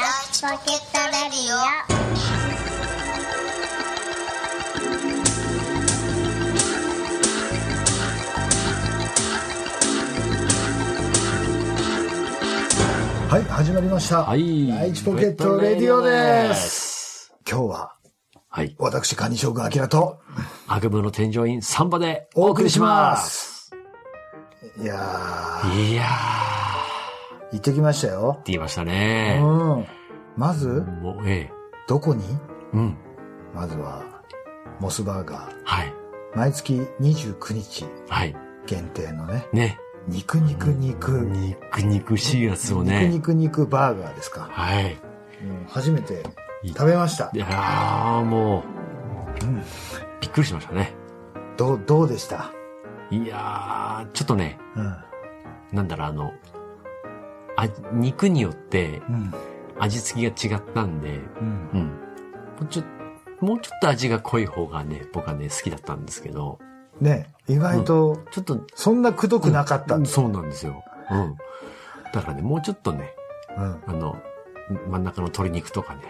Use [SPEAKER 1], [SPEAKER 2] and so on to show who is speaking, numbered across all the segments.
[SPEAKER 1] ポケットレディ
[SPEAKER 2] はい、始まりました。
[SPEAKER 3] はい。
[SPEAKER 2] 第一ポケットレディオです。
[SPEAKER 3] す。
[SPEAKER 2] 今日は、
[SPEAKER 3] はい。
[SPEAKER 2] 私、カニ将軍明と、
[SPEAKER 3] 悪夢の添乗員サンバで
[SPEAKER 2] お
[SPEAKER 3] お
[SPEAKER 2] 送
[SPEAKER 3] 送
[SPEAKER 2] り
[SPEAKER 3] り
[SPEAKER 2] し
[SPEAKER 3] し
[SPEAKER 2] ま
[SPEAKER 3] ます。
[SPEAKER 2] いやー、
[SPEAKER 3] いや
[SPEAKER 2] 行ってきましたよ
[SPEAKER 3] ー、っ。て言いました
[SPEAKER 2] う
[SPEAKER 3] ね。
[SPEAKER 2] ん。まず、
[SPEAKER 3] もう、ええ。
[SPEAKER 2] どこに
[SPEAKER 3] うん。
[SPEAKER 2] まずは、モスバーガー。
[SPEAKER 3] はい。
[SPEAKER 2] 毎月29日
[SPEAKER 3] はい。
[SPEAKER 2] 限定のね、
[SPEAKER 3] ね。
[SPEAKER 2] 肉肉肉。
[SPEAKER 3] 肉肉しいやつを
[SPEAKER 2] 肉
[SPEAKER 3] ね。
[SPEAKER 2] 肉肉バーガーですか。
[SPEAKER 3] はい。
[SPEAKER 2] うん初めて
[SPEAKER 3] いい
[SPEAKER 2] 食べました
[SPEAKER 3] い。やー、もう、びっくりしましたね。
[SPEAKER 2] どう、どうでした
[SPEAKER 3] いやー、ちょっとね、
[SPEAKER 2] うん。
[SPEAKER 3] なんだろう、あの、あ、肉によって
[SPEAKER 2] うん。
[SPEAKER 3] 味付きが違ったんで、
[SPEAKER 2] うん。
[SPEAKER 3] うん。もうちょもうちょっと味が濃い方がね、僕はね、好きだったんですけど、
[SPEAKER 2] ね、意外と、
[SPEAKER 3] ちょっと、
[SPEAKER 2] そんなくどくなかったん
[SPEAKER 3] うん
[SPEAKER 2] です。
[SPEAKER 3] そうなんですよ。うん。だからね、もうちょっとね、
[SPEAKER 2] うん。
[SPEAKER 3] あの、真ん中の鶏肉とかね、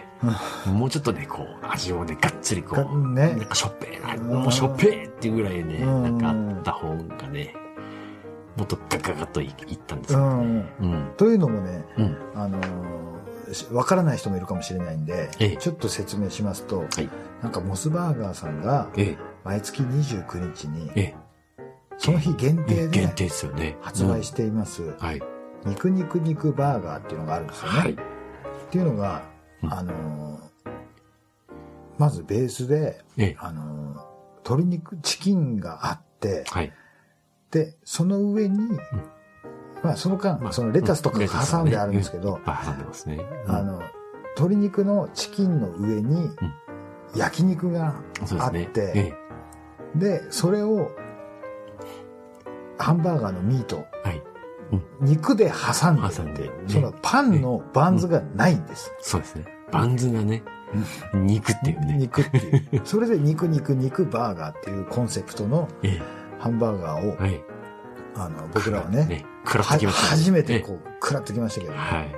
[SPEAKER 3] もうちょっとね、こう、味をね、がっつりこ
[SPEAKER 2] が
[SPEAKER 3] う、
[SPEAKER 2] ね
[SPEAKER 3] なんかしょっぺーな、
[SPEAKER 2] うん
[SPEAKER 3] もうしょっぺーっていうぐらいね、
[SPEAKER 2] うん
[SPEAKER 3] なんかあった方がね、もっとガガガッといいったんですけ
[SPEAKER 2] う
[SPEAKER 3] ど
[SPEAKER 2] ん。
[SPEAKER 3] ね。
[SPEAKER 2] うん
[SPEAKER 3] うん。
[SPEAKER 2] というのもね、
[SPEAKER 3] うん。
[SPEAKER 2] あのーしわからない人もいるかもしれないんで
[SPEAKER 3] ええ、
[SPEAKER 2] ちょっと説明しますと、
[SPEAKER 3] はい。
[SPEAKER 2] なんかモスバーガーさんが、
[SPEAKER 3] ええ、
[SPEAKER 2] 毎月29日
[SPEAKER 3] え
[SPEAKER 2] に、
[SPEAKER 3] え、
[SPEAKER 2] その日限定
[SPEAKER 3] 限
[SPEAKER 2] で
[SPEAKER 3] 定ですよね。
[SPEAKER 2] 発売しています、
[SPEAKER 3] うんはい。
[SPEAKER 2] 肉肉肉バーガーっていうのがあるんですよね。
[SPEAKER 3] はい。
[SPEAKER 2] っていうのが、
[SPEAKER 3] うん
[SPEAKER 2] あのーまずベースで、
[SPEAKER 3] ええ、
[SPEAKER 2] あのー鶏肉、チキンがあって、
[SPEAKER 3] はい。
[SPEAKER 2] で、その上に、まあその間、そのレタスとかが挟んであるんですけど、
[SPEAKER 3] レタスとかねいっぱい挟んでますね。
[SPEAKER 2] あの、鶏肉のチキンの上に、焼肉が
[SPEAKER 3] うん、そうですね
[SPEAKER 2] あって
[SPEAKER 3] え
[SPEAKER 2] で、それを、ハンバーガーのミート、
[SPEAKER 3] え、はい。
[SPEAKER 2] 肉で挟んでる
[SPEAKER 3] 挟んでるね
[SPEAKER 2] そのパンのバンズがないんです。
[SPEAKER 3] そうですね。バンズがね、肉っていうね。
[SPEAKER 2] 肉って いう。それで肉肉肉バーガーっていうコンセプトの
[SPEAKER 3] え
[SPEAKER 2] ハンバーガー
[SPEAKER 3] え、
[SPEAKER 2] を、
[SPEAKER 3] はい。
[SPEAKER 2] あの、僕らはね、
[SPEAKER 3] 食らって
[SPEAKER 2] は
[SPEAKER 3] きましたね。
[SPEAKER 2] 初めてこ
[SPEAKER 3] う。
[SPEAKER 2] う、食らってきましたけど、
[SPEAKER 3] はい。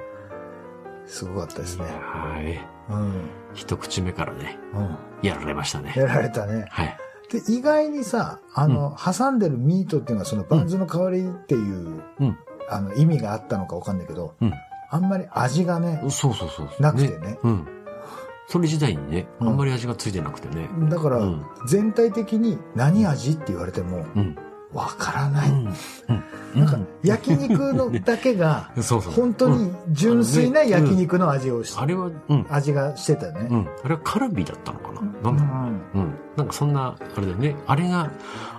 [SPEAKER 2] すごかったですね。
[SPEAKER 3] はい。
[SPEAKER 2] うん。
[SPEAKER 3] 一口目からね、
[SPEAKER 2] うん。
[SPEAKER 3] やられましたね。
[SPEAKER 2] やられたね。
[SPEAKER 3] はい。
[SPEAKER 2] で、意外にさ、あの、挟んでるミートっていうのはそのバンズの代わりっていう、
[SPEAKER 3] うん。
[SPEAKER 2] あの、意味があったのかわかんないけど、
[SPEAKER 3] う
[SPEAKER 2] あんまり味がね、
[SPEAKER 3] ん。そうそうそう。
[SPEAKER 2] なくてね。
[SPEAKER 3] うん。それ自体にね、
[SPEAKER 2] うん
[SPEAKER 3] あんまり味がついてなくてね。
[SPEAKER 2] だから、
[SPEAKER 3] うん
[SPEAKER 2] 全体的に何味って言われても、
[SPEAKER 3] うん。
[SPEAKER 2] わからない。
[SPEAKER 3] うん。う
[SPEAKER 2] なんか、焼肉のだけが、
[SPEAKER 3] ん。そうそう。
[SPEAKER 2] 本当
[SPEAKER 3] うん。
[SPEAKER 2] に純粋な焼肉の味をし、
[SPEAKER 3] あれは、うん。
[SPEAKER 2] 味がしてたね。
[SPEAKER 3] うん。あれはカルビだったのかななんだろう
[SPEAKER 2] うん
[SPEAKER 3] うん。なんかそんな、あれだよね。あれが、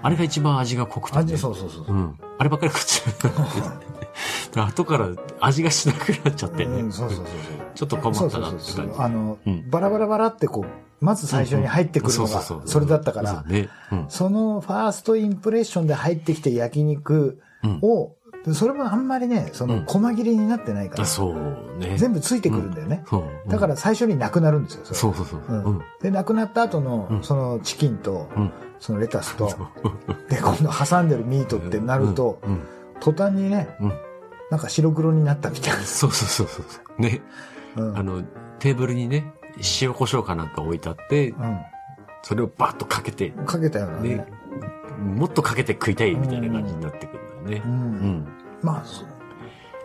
[SPEAKER 3] あれが一番味が濃くて、ね。
[SPEAKER 2] 味、そうそうそう
[SPEAKER 3] う。ん。あればっかり食っちゃう。 後から味がしなくなっちゃってね。
[SPEAKER 2] うん、そうそうそう
[SPEAKER 3] ちょっと
[SPEAKER 2] そう。そ
[SPEAKER 3] 困
[SPEAKER 2] う
[SPEAKER 3] った
[SPEAKER 2] そう
[SPEAKER 3] な
[SPEAKER 2] そ
[SPEAKER 3] っ
[SPEAKER 2] う
[SPEAKER 3] て
[SPEAKER 2] そ
[SPEAKER 3] 感
[SPEAKER 2] う
[SPEAKER 3] じ。。
[SPEAKER 2] あの、
[SPEAKER 3] うん
[SPEAKER 2] バラバラバラってこう、まず最初に入ってくるのが、
[SPEAKER 3] そうそうそう
[SPEAKER 2] それだったから、
[SPEAKER 3] そうね。うん。
[SPEAKER 2] そのファーストインプレッションで入ってきて焼肉を、それもあんまりね、そうの、
[SPEAKER 3] ん
[SPEAKER 2] 細切れになってないから、
[SPEAKER 3] あそうね。
[SPEAKER 2] 全
[SPEAKER 3] 部
[SPEAKER 2] 部ついてくるんだよね。
[SPEAKER 3] そう。うん
[SPEAKER 2] だから、最初になくなるんですよ、
[SPEAKER 3] そううそうそう。
[SPEAKER 2] う
[SPEAKER 3] うんん。うん。
[SPEAKER 2] で、なくなった後の
[SPEAKER 3] う、ん
[SPEAKER 2] そのチキンと、
[SPEAKER 3] うん
[SPEAKER 2] そのレタスと、で、今度挟んでるミートってなると、
[SPEAKER 3] うん。
[SPEAKER 2] 途端にね、
[SPEAKER 3] うん。
[SPEAKER 2] なんか白黒になったみたい
[SPEAKER 3] そうそうそうそう。ね。
[SPEAKER 2] な。うん。
[SPEAKER 3] あの、テーブルにね、塩胡椒かなんか置いてあって、それをバッとかけて、
[SPEAKER 2] うん。かけたようなね。
[SPEAKER 3] ね、もっとかけて食いたいみたいな感じになってくるんだよ
[SPEAKER 2] う。
[SPEAKER 3] ね。うんん。
[SPEAKER 2] まあ、そう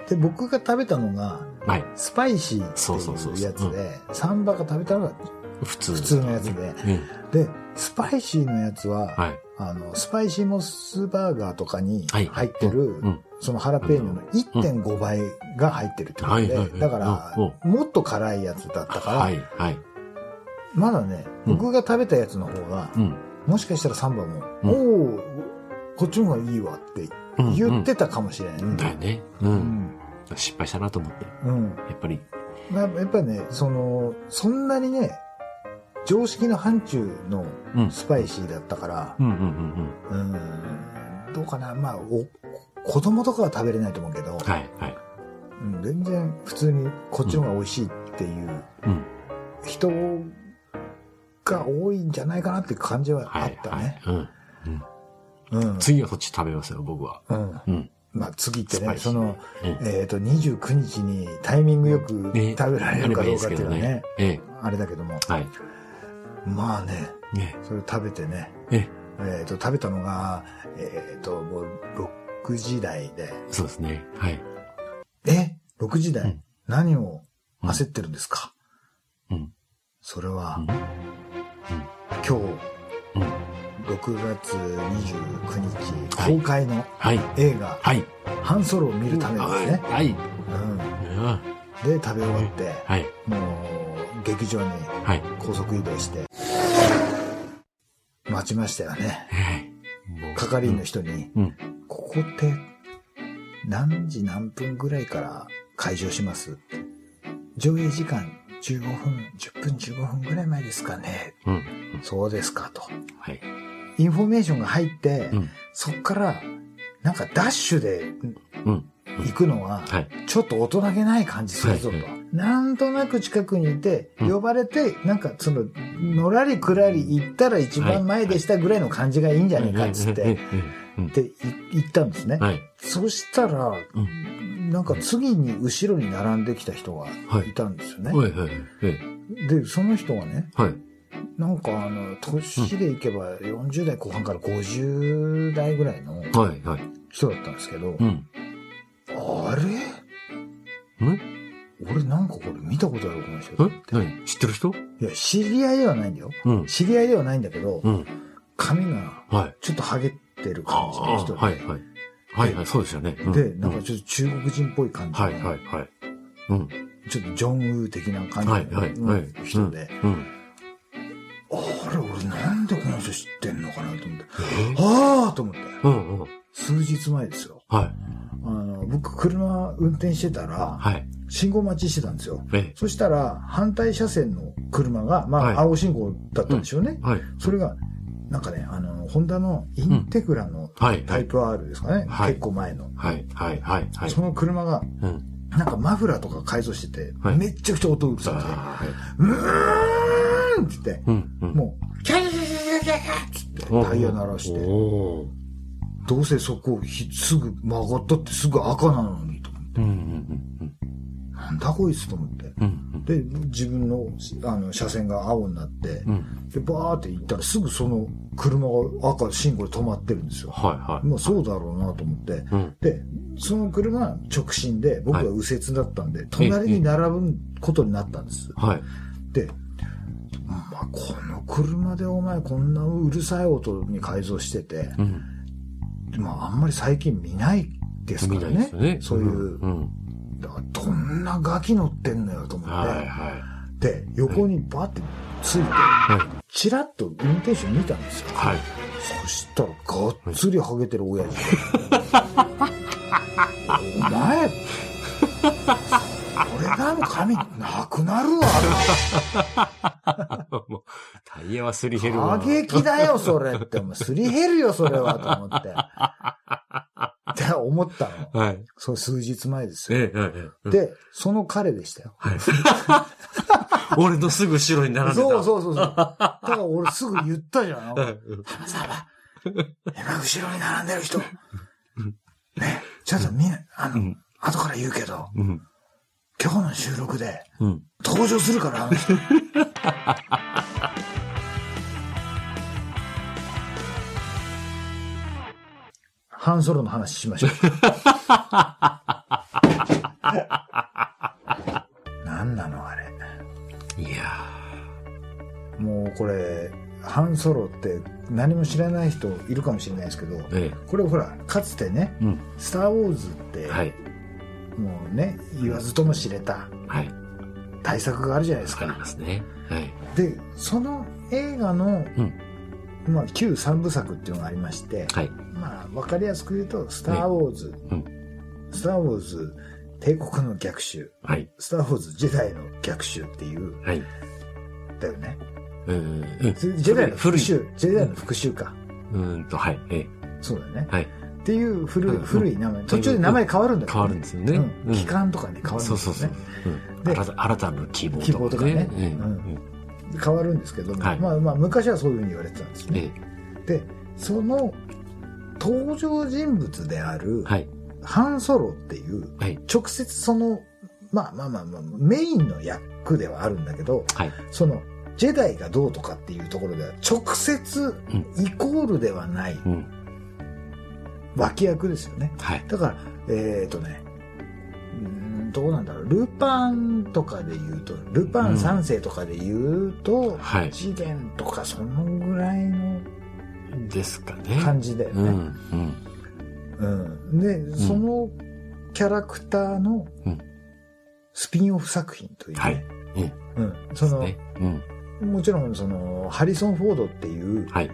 [SPEAKER 2] で、僕が食べたのが、
[SPEAKER 3] はい。
[SPEAKER 2] スパイシー
[SPEAKER 3] そうそう
[SPEAKER 2] って
[SPEAKER 3] そ
[SPEAKER 2] いうう
[SPEAKER 3] そう
[SPEAKER 2] やつで、サンバが食べたのが
[SPEAKER 3] 普通。
[SPEAKER 2] 普通のやつで。
[SPEAKER 3] うん。
[SPEAKER 2] で、スパイシーのやつは、
[SPEAKER 3] はい。
[SPEAKER 2] あの、スパイシーモスバーガーとかに
[SPEAKER 3] はい
[SPEAKER 2] 入ってる、
[SPEAKER 3] うん。
[SPEAKER 2] そのハラペーニョの1.5倍が入ってるってことで、
[SPEAKER 3] はいはいはい
[SPEAKER 2] だから、
[SPEAKER 3] うん
[SPEAKER 2] もっと辛いやつだったから、
[SPEAKER 3] はい。はい。
[SPEAKER 2] まだね、
[SPEAKER 3] うん
[SPEAKER 2] 僕が食べたやつの方が、
[SPEAKER 3] うん。
[SPEAKER 2] もしかしたらサンバも、
[SPEAKER 3] うん
[SPEAKER 2] おおこっちの方がいいわって
[SPEAKER 3] うん
[SPEAKER 2] 言ってたかもしれないね。
[SPEAKER 3] だよね。う。
[SPEAKER 2] うんん。
[SPEAKER 3] 失敗したなと思って。
[SPEAKER 2] うん。
[SPEAKER 3] やっぱり。
[SPEAKER 2] まあやっぱね、その、そんなにね、常識の範疇の
[SPEAKER 3] うん。
[SPEAKER 2] スパイシーだったから、
[SPEAKER 3] うんうんうん
[SPEAKER 2] うん、どうかな、まあ、お、子供とかは食べれないと思うけど、
[SPEAKER 3] うん。はい。はい。
[SPEAKER 2] うん、全然普通にこっちの方が美味しいっていう
[SPEAKER 3] うん。
[SPEAKER 2] 人が多いんじゃないかなっていう感じは
[SPEAKER 3] は
[SPEAKER 2] あっ
[SPEAKER 3] い。
[SPEAKER 2] たね。
[SPEAKER 3] はい。うん。
[SPEAKER 2] うん。
[SPEAKER 3] 次はそっち食べますよ、僕は。
[SPEAKER 2] うん。
[SPEAKER 3] うん。
[SPEAKER 2] まあ、次って
[SPEAKER 3] スパ
[SPEAKER 2] ね、
[SPEAKER 3] イシ
[SPEAKER 2] そ
[SPEAKER 3] ー
[SPEAKER 2] の、
[SPEAKER 3] ええ
[SPEAKER 2] えっ、と、29日にタイミングよく食べ
[SPEAKER 3] ね
[SPEAKER 2] られるかどうかっていうのはね、
[SPEAKER 3] あればいいですけどねえ
[SPEAKER 2] あれだけども、
[SPEAKER 3] え。はい。
[SPEAKER 2] まあね、
[SPEAKER 3] ね
[SPEAKER 2] それを食べてね、
[SPEAKER 3] ええ。
[SPEAKER 2] えっ、と、食べたのが、えっ、と、もう6時台で、
[SPEAKER 3] そうですね。はい。
[SPEAKER 2] え ?6 時台、
[SPEAKER 3] うん
[SPEAKER 2] 何を焦ってるんですか、
[SPEAKER 3] うん。
[SPEAKER 2] それは、
[SPEAKER 3] うん
[SPEAKER 2] 今
[SPEAKER 3] うん。
[SPEAKER 2] 日、6月29日、公開の
[SPEAKER 3] はい。
[SPEAKER 2] 映画、
[SPEAKER 3] はい。
[SPEAKER 2] ハンソロを見るためですね。
[SPEAKER 3] はい。はい。
[SPEAKER 2] うん。
[SPEAKER 3] うん
[SPEAKER 2] で、食べ終わって、
[SPEAKER 3] はい。
[SPEAKER 2] もう、劇場に
[SPEAKER 3] はい。
[SPEAKER 2] 高速移動して、待ちましたよね。
[SPEAKER 3] はいもう
[SPEAKER 2] 係員の人に、
[SPEAKER 3] うん。
[SPEAKER 2] ここって、何時何分ぐらいから開場します上映時間15分、10分15分ぐらい前ですかね。
[SPEAKER 3] うん。
[SPEAKER 2] そうですかと。
[SPEAKER 3] はい。
[SPEAKER 2] インフォメーションが入って、
[SPEAKER 3] うん。
[SPEAKER 2] そっから、なんかダッシュで
[SPEAKER 3] うん。
[SPEAKER 2] 行くのは、
[SPEAKER 3] はい。
[SPEAKER 2] ちょっと大人げない感じするぞと。
[SPEAKER 3] はいは
[SPEAKER 2] なんとなく近くにいて、
[SPEAKER 3] うん
[SPEAKER 2] 呼ばれて、なんかその、のらりくらり行ったら一番前でしたぐらいの感じがいいんじゃねえかっつって、
[SPEAKER 3] うん
[SPEAKER 2] っ。
[SPEAKER 3] うん
[SPEAKER 2] てい行ったんですね。
[SPEAKER 3] はい。
[SPEAKER 2] そしたら、
[SPEAKER 3] う
[SPEAKER 2] なんか次に後ろに並んできた人が
[SPEAKER 3] はい
[SPEAKER 2] いたんですよね。
[SPEAKER 3] はい。はい。え
[SPEAKER 2] で、その人がね、
[SPEAKER 3] えはい。
[SPEAKER 2] なんかあの、年でいけば40代後半から50代ぐらいの
[SPEAKER 3] はい。はい。
[SPEAKER 2] 人だったんですけど
[SPEAKER 3] う、ん。
[SPEAKER 2] あれ
[SPEAKER 3] ん
[SPEAKER 2] 俺なんかこれ見たことあるこの人。
[SPEAKER 3] え何知ってる人
[SPEAKER 2] いや、知り合いではないんだよ。
[SPEAKER 3] うん。
[SPEAKER 2] 知り合いではないんだけど、
[SPEAKER 3] うん。
[SPEAKER 2] 髪が
[SPEAKER 3] はい。
[SPEAKER 2] ちょっとハゲてる
[SPEAKER 3] あ
[SPEAKER 2] 感じの
[SPEAKER 3] あ、
[SPEAKER 2] 人で、
[SPEAKER 3] はい。はい。はい。はい。そうですよね。う
[SPEAKER 2] で、なん
[SPEAKER 3] う
[SPEAKER 2] かちょっと中国人っぽい感じの、
[SPEAKER 3] はい。はい。はい。うん。
[SPEAKER 2] ちょっとジョンウー的な感
[SPEAKER 3] はい。
[SPEAKER 2] じ
[SPEAKER 3] はい。はい。
[SPEAKER 2] の人で、
[SPEAKER 3] うん。
[SPEAKER 2] あれ、俺なんでこの人知ってんのかなと思って、ああと思って、
[SPEAKER 3] うん。うん。
[SPEAKER 2] 数日前ですよ。
[SPEAKER 3] はい。
[SPEAKER 2] あの、僕、車運転してたら、
[SPEAKER 3] はい。
[SPEAKER 2] 信号待ちしてたんですよ。
[SPEAKER 3] ええ。
[SPEAKER 2] そしたら、反対車線の車が、ま
[SPEAKER 3] はい
[SPEAKER 2] あ、青信号だったんでしょうね。
[SPEAKER 3] はい。
[SPEAKER 2] それが、なんかね、あの、ホンダのインテグラの
[SPEAKER 3] はい。
[SPEAKER 2] タイプ R ですかね。
[SPEAKER 3] はい
[SPEAKER 2] 結構前の。
[SPEAKER 3] はい。はい。はい。はい。
[SPEAKER 2] その車が、
[SPEAKER 3] うん。
[SPEAKER 2] なんかマフラーとか改造してて、
[SPEAKER 3] はい
[SPEAKER 2] めっちゃくちゃ音うるさくて、
[SPEAKER 3] は
[SPEAKER 2] うーんって言って
[SPEAKER 3] い。、うん。うん。
[SPEAKER 2] もう、キャキャキャキャキャキャって言ってタイヤ鳴らして、
[SPEAKER 3] おー
[SPEAKER 2] どうせそこひすぐ曲がったってすぐ赤なのにと思って、
[SPEAKER 3] うんうん
[SPEAKER 2] なんだこいつと思って。
[SPEAKER 3] うんうん
[SPEAKER 2] で、自分のあの車線が青になって、
[SPEAKER 3] うんうん
[SPEAKER 2] で、バーって行ったらすぐその車が赤信号で止まってるんですよ。
[SPEAKER 3] はいはい
[SPEAKER 2] まあそうだろうなと思って、
[SPEAKER 3] うん
[SPEAKER 2] で、その車は直進で、僕は
[SPEAKER 3] はい
[SPEAKER 2] 右折だったんで、隣に並ぶことになったんです。
[SPEAKER 3] はい
[SPEAKER 2] で、まあ、この車でお前こんなうるさい音に改造してて、
[SPEAKER 3] うん
[SPEAKER 2] まああんまり最近見ないですか
[SPEAKER 3] み
[SPEAKER 2] ら
[SPEAKER 3] たいで
[SPEAKER 2] ね。
[SPEAKER 3] すよね
[SPEAKER 2] そういう、
[SPEAKER 3] うんうん
[SPEAKER 2] だからどんなガキ乗ってんのよと思って、
[SPEAKER 3] はいは
[SPEAKER 2] で、横にバーってついて、
[SPEAKER 3] い
[SPEAKER 2] チラッと運転手見たんですよ。
[SPEAKER 3] はい
[SPEAKER 2] そしたら、がっつりハゲてる親父。お前、俺らの髪なくなるわ。
[SPEAKER 3] はいもうタイヤはすり減るわ
[SPEAKER 2] 過激だよ、それって。お前、すり減るよ、それは、と思って。って思ったの。
[SPEAKER 3] はい
[SPEAKER 2] そう、数日前ですよ。
[SPEAKER 3] ええはいはいうん
[SPEAKER 2] で、その彼でしたよ。
[SPEAKER 3] はい俺のすぐ後ろに並んでた
[SPEAKER 2] そうそうそうそう。だから俺すぐ言ったじゃん。
[SPEAKER 3] はいうん
[SPEAKER 2] 浜沢、今後ろに並んでる人。ね、ちょっとみんな、あの、
[SPEAKER 3] うん
[SPEAKER 2] 後から言うけど、
[SPEAKER 3] うん
[SPEAKER 2] 今日の収録で
[SPEAKER 3] うん
[SPEAKER 2] 登場するから、あの人。 ハンソロの話しま しょう。なんなのあれ。
[SPEAKER 3] いや
[SPEAKER 2] もうこれ、ハンソロって何も知らない人いるかもしれないですけど、
[SPEAKER 3] ーえ
[SPEAKER 2] これほら、かつてね、
[SPEAKER 3] えうん
[SPEAKER 2] スター・ウォーズって、
[SPEAKER 3] はい
[SPEAKER 2] もうね、言わずとも知れた
[SPEAKER 3] はい
[SPEAKER 2] 大作があるじゃないです
[SPEAKER 3] わかり
[SPEAKER 2] か。
[SPEAKER 3] ますねはい
[SPEAKER 2] で、その映画の、
[SPEAKER 3] うん
[SPEAKER 2] まあ、旧三部作っていうのがありまして、
[SPEAKER 3] はい
[SPEAKER 2] まあ、わかりやすく言うと、スター・ウォーズ、
[SPEAKER 3] うん
[SPEAKER 2] スター・ウォーズ帝国の逆襲、
[SPEAKER 3] はい
[SPEAKER 2] スター・ウォーズジェダイの逆襲っていう、
[SPEAKER 3] はい
[SPEAKER 2] だよね。
[SPEAKER 3] うんうん
[SPEAKER 2] ジェダイの復
[SPEAKER 3] 古い
[SPEAKER 2] 讐、ジェダイの復讐か。
[SPEAKER 3] うんとはいええ
[SPEAKER 2] そうだよね。
[SPEAKER 3] はい
[SPEAKER 2] っていう古い、
[SPEAKER 3] うん
[SPEAKER 2] 古い名前。途中で名前変わるんだけど
[SPEAKER 3] 変わるんですよね
[SPEAKER 2] うん
[SPEAKER 3] うん
[SPEAKER 2] 期間とかね、変わるんですよ
[SPEAKER 3] そう
[SPEAKER 2] ね。
[SPEAKER 3] そうそう。うん、
[SPEAKER 2] で
[SPEAKER 3] 新た新たなる希望
[SPEAKER 2] 希望とかね
[SPEAKER 3] ええ
[SPEAKER 2] うん
[SPEAKER 3] うん
[SPEAKER 2] 変わるんですけども、
[SPEAKER 3] はい
[SPEAKER 2] まあまあ昔はそういうふうに言われてたんですね。
[SPEAKER 3] え
[SPEAKER 2] で、その登場人物である
[SPEAKER 3] えはい。
[SPEAKER 2] ハンソロっていう、
[SPEAKER 3] はい。
[SPEAKER 2] 直接その、まあまあまあまあ、メインの役ではあるんだけど、
[SPEAKER 3] はい。
[SPEAKER 2] その、ジェダイがどうとかっていうところでは、直接
[SPEAKER 3] う
[SPEAKER 2] イコールではない
[SPEAKER 3] うん。
[SPEAKER 2] 脇役ですよね。
[SPEAKER 3] はい。
[SPEAKER 2] だから、えっ、ー、とね、うーんどうなんだろう、ルパンとかで言うと、ルパン三世とかで言うと、
[SPEAKER 3] はい
[SPEAKER 2] 次元とかそのぐらいの
[SPEAKER 3] ですかね。
[SPEAKER 2] 感じだよ
[SPEAKER 3] うん。う
[SPEAKER 2] ね。
[SPEAKER 3] ん。
[SPEAKER 2] うんで、そのキャラクターの
[SPEAKER 3] うん
[SPEAKER 2] スピンオフ作品というね、
[SPEAKER 3] はい。うん。
[SPEAKER 2] うん、その、
[SPEAKER 3] ね。うん。
[SPEAKER 2] もちろんその、ハリソン・フォードっていう
[SPEAKER 3] はい。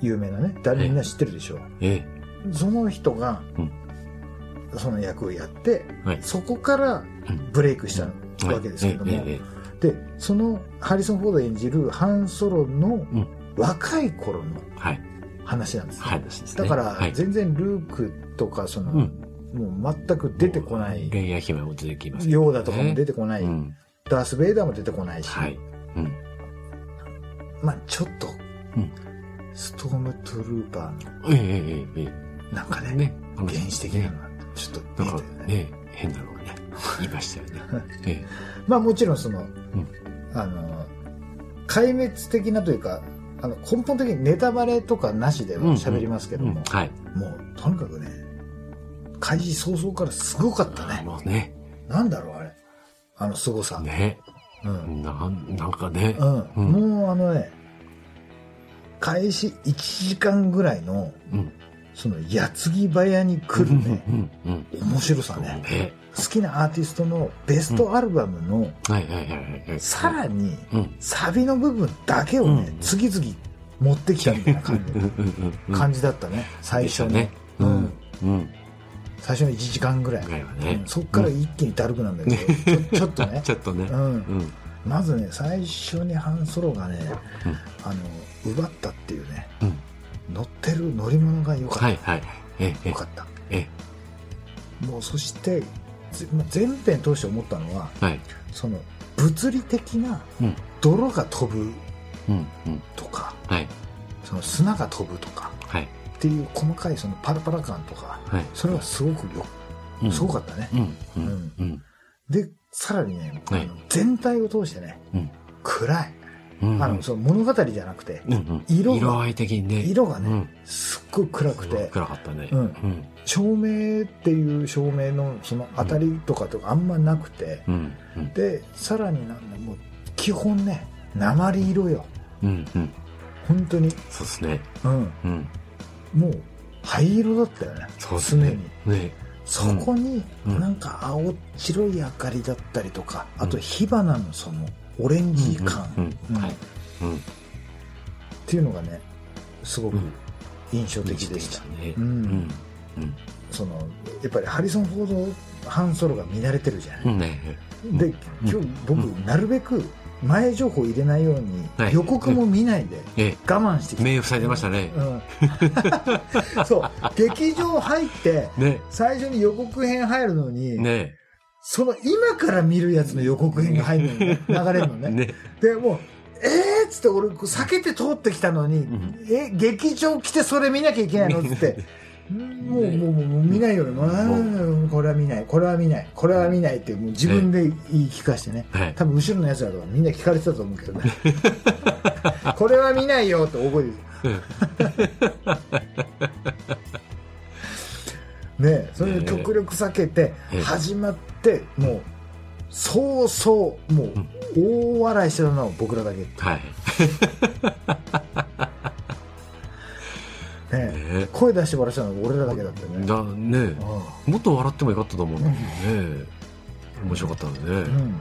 [SPEAKER 2] 有名なね、誰みんな知ってるでしょう。
[SPEAKER 3] え
[SPEAKER 2] その人が
[SPEAKER 3] うん、
[SPEAKER 2] その役をやって、
[SPEAKER 3] え。はい。
[SPEAKER 2] そこからブレイクしたわけですけども、
[SPEAKER 3] はいえええええ
[SPEAKER 2] でそのハリソン・フォード演じるハン・ソロの
[SPEAKER 3] ん
[SPEAKER 2] 若い頃の
[SPEAKER 3] えはい。
[SPEAKER 2] 話なんですよ、
[SPEAKER 3] はい。ですね
[SPEAKER 2] だか
[SPEAKER 3] は
[SPEAKER 2] ら
[SPEAKER 3] い。
[SPEAKER 2] 全然ルークとかその、
[SPEAKER 3] うん
[SPEAKER 2] もう全く出てこない
[SPEAKER 3] レイヤー姫も出てきます。
[SPEAKER 2] ヨーダとかも出てこない、
[SPEAKER 3] うん。
[SPEAKER 2] ダース・ベイダーも出てこないし、
[SPEAKER 3] はい。うん。
[SPEAKER 2] まあちょっと、
[SPEAKER 3] うん
[SPEAKER 2] ストームトゥルーパー
[SPEAKER 3] ええええええ
[SPEAKER 2] のなんか
[SPEAKER 3] え
[SPEAKER 2] ね
[SPEAKER 3] え。ね。
[SPEAKER 2] 原始的なのがちょっと
[SPEAKER 3] なん
[SPEAKER 2] 見え
[SPEAKER 3] か
[SPEAKER 2] てるね
[SPEAKER 3] ね、変なのがね、言いましたよね。 え
[SPEAKER 2] まあもちろんその、
[SPEAKER 3] ん
[SPEAKER 2] あの壊滅的なというかあの根本的にネタバレとかなしでは喋りますけ
[SPEAKER 3] え
[SPEAKER 2] ど
[SPEAKER 3] う
[SPEAKER 2] も、
[SPEAKER 3] ん、はい。
[SPEAKER 2] もう、とにかくね、開始早々からすごかったね。
[SPEAKER 3] もうね、
[SPEAKER 2] なんだろう、あれ。あの凄さ。
[SPEAKER 3] ね、
[SPEAKER 2] うん。
[SPEAKER 3] なん、なんかね、
[SPEAKER 2] うん。
[SPEAKER 3] うん
[SPEAKER 2] もうあのね、開始1時間ぐらいの、
[SPEAKER 3] うん、
[SPEAKER 2] その矢継ぎ早に来るね
[SPEAKER 3] う、ん、うん。
[SPEAKER 2] 面白さね。
[SPEAKER 3] ね、
[SPEAKER 2] 好きなアーティストのベストアルバムの、
[SPEAKER 3] はいはいはいはい。
[SPEAKER 2] さらに、
[SPEAKER 3] うん、
[SPEAKER 2] サビの部分だけをね
[SPEAKER 3] う、ん
[SPEAKER 2] 次々持ってきたみたいな感
[SPEAKER 3] うん、うん、う
[SPEAKER 2] じ
[SPEAKER 3] ん。
[SPEAKER 2] 感じだったね。最初
[SPEAKER 3] でした
[SPEAKER 2] ね
[SPEAKER 3] ね。。うん、うん。
[SPEAKER 2] 最初の1時間ぐらい。
[SPEAKER 3] ぐらいはね
[SPEAKER 2] うんそっから一気にだるくなんだけど、ちょちょっとね
[SPEAKER 3] 。ちょっとね
[SPEAKER 2] う、、
[SPEAKER 3] うんん、
[SPEAKER 2] まずね、最初にハンソロがね、あの、奪ったっていうね、
[SPEAKER 3] うん。
[SPEAKER 2] 乗ってる乗り物が良か
[SPEAKER 3] は
[SPEAKER 2] っ
[SPEAKER 3] いはい。え
[SPEAKER 2] た。
[SPEAKER 3] え
[SPEAKER 2] 良かった。
[SPEAKER 3] ええ
[SPEAKER 2] もうそして、ぜま全編通して思ったのは、
[SPEAKER 3] はい。
[SPEAKER 2] その、物理的な
[SPEAKER 3] うん、
[SPEAKER 2] 泥が飛ぶ
[SPEAKER 3] うん、うん。
[SPEAKER 2] とか、
[SPEAKER 3] はい、
[SPEAKER 2] その砂が飛ぶとか
[SPEAKER 3] はい、
[SPEAKER 2] っていう細かいそのパラパラ感とか、
[SPEAKER 3] はい。
[SPEAKER 2] それはすごくよ、
[SPEAKER 3] うん
[SPEAKER 2] すごかったね。
[SPEAKER 3] うん、うん、うん、
[SPEAKER 2] で、さらにね、あの
[SPEAKER 3] はい
[SPEAKER 2] 全体を通してね、
[SPEAKER 3] うん
[SPEAKER 2] 暗い。
[SPEAKER 3] うん。
[SPEAKER 2] あの、その物語じゃなくて、
[SPEAKER 3] うん、
[SPEAKER 2] 色が
[SPEAKER 3] 色合い的にね。
[SPEAKER 2] 色が
[SPEAKER 3] う
[SPEAKER 2] ね
[SPEAKER 3] ん、
[SPEAKER 2] すっごい暗くて、
[SPEAKER 3] 暗かったね。
[SPEAKER 2] うん
[SPEAKER 3] うん、
[SPEAKER 2] 照明っていう照明のその当たりとかとかあんまなくて、
[SPEAKER 3] うん、うん、
[SPEAKER 2] で、さらになんだ、もう、基本ね、鉛色よ。
[SPEAKER 3] うん、うん。
[SPEAKER 2] 本当に。
[SPEAKER 3] そうですね。
[SPEAKER 2] うん。
[SPEAKER 3] うん。
[SPEAKER 2] もう、灰色だったよね。
[SPEAKER 3] そうです
[SPEAKER 2] 常
[SPEAKER 3] ね
[SPEAKER 2] に。。
[SPEAKER 3] ね。
[SPEAKER 2] そこに、
[SPEAKER 3] うん
[SPEAKER 2] なんか青白い明かりだったりとか、あと火花のその、オレンジ感、
[SPEAKER 3] うん。
[SPEAKER 2] うん
[SPEAKER 3] は
[SPEAKER 2] っ
[SPEAKER 3] い。うん。
[SPEAKER 2] ていうのがね、すごく
[SPEAKER 3] うん
[SPEAKER 2] 印象的でした。
[SPEAKER 3] ね。
[SPEAKER 2] う
[SPEAKER 3] うんん。うん。
[SPEAKER 2] その、やっぱりハリソン・フォード、ハンソロが見慣れてるじゃない。
[SPEAKER 3] うん。ね。うん
[SPEAKER 2] で今日僕なるべく前情報入れないように
[SPEAKER 3] はい
[SPEAKER 2] 予告も見ないで
[SPEAKER 3] え
[SPEAKER 2] 我慢してき
[SPEAKER 3] え、
[SPEAKER 2] て、
[SPEAKER 3] 目塞いでましたね。
[SPEAKER 2] うん、そう劇場入って
[SPEAKER 3] ね。
[SPEAKER 2] 最初に予告編入るのに、
[SPEAKER 3] ね。
[SPEAKER 2] その今から見るやつの予告編が入るのに、流れるのね
[SPEAKER 3] ね。
[SPEAKER 2] でもうえーっつって俺こう避けて通ってきたのに、
[SPEAKER 3] ん
[SPEAKER 2] え劇場来てそれ見なきゃいけないのっつってうんもうもうもうもう見ないよね、もうあーこれは見ないこれは見ないこれは見ないってもう自分で言い聞かしてね、
[SPEAKER 3] はい
[SPEAKER 2] 多分後ろのやつらとかみんな聞かれてたと思うけど ねこれは見ないよって覚えてる ねえそれで極力避けて
[SPEAKER 3] ええ
[SPEAKER 2] 始まってもうそうそうもう大笑いしてたのは僕らだけ、ね
[SPEAKER 3] はい。
[SPEAKER 2] え
[SPEAKER 3] ね。
[SPEAKER 2] 声出して笑ってたのは俺らだけだったよね
[SPEAKER 3] だね。
[SPEAKER 2] う
[SPEAKER 3] もっと笑ってもよかったと思うんだけどね。面白かったんで
[SPEAKER 2] んう
[SPEAKER 3] ね。
[SPEAKER 2] ん
[SPEAKER 3] うん。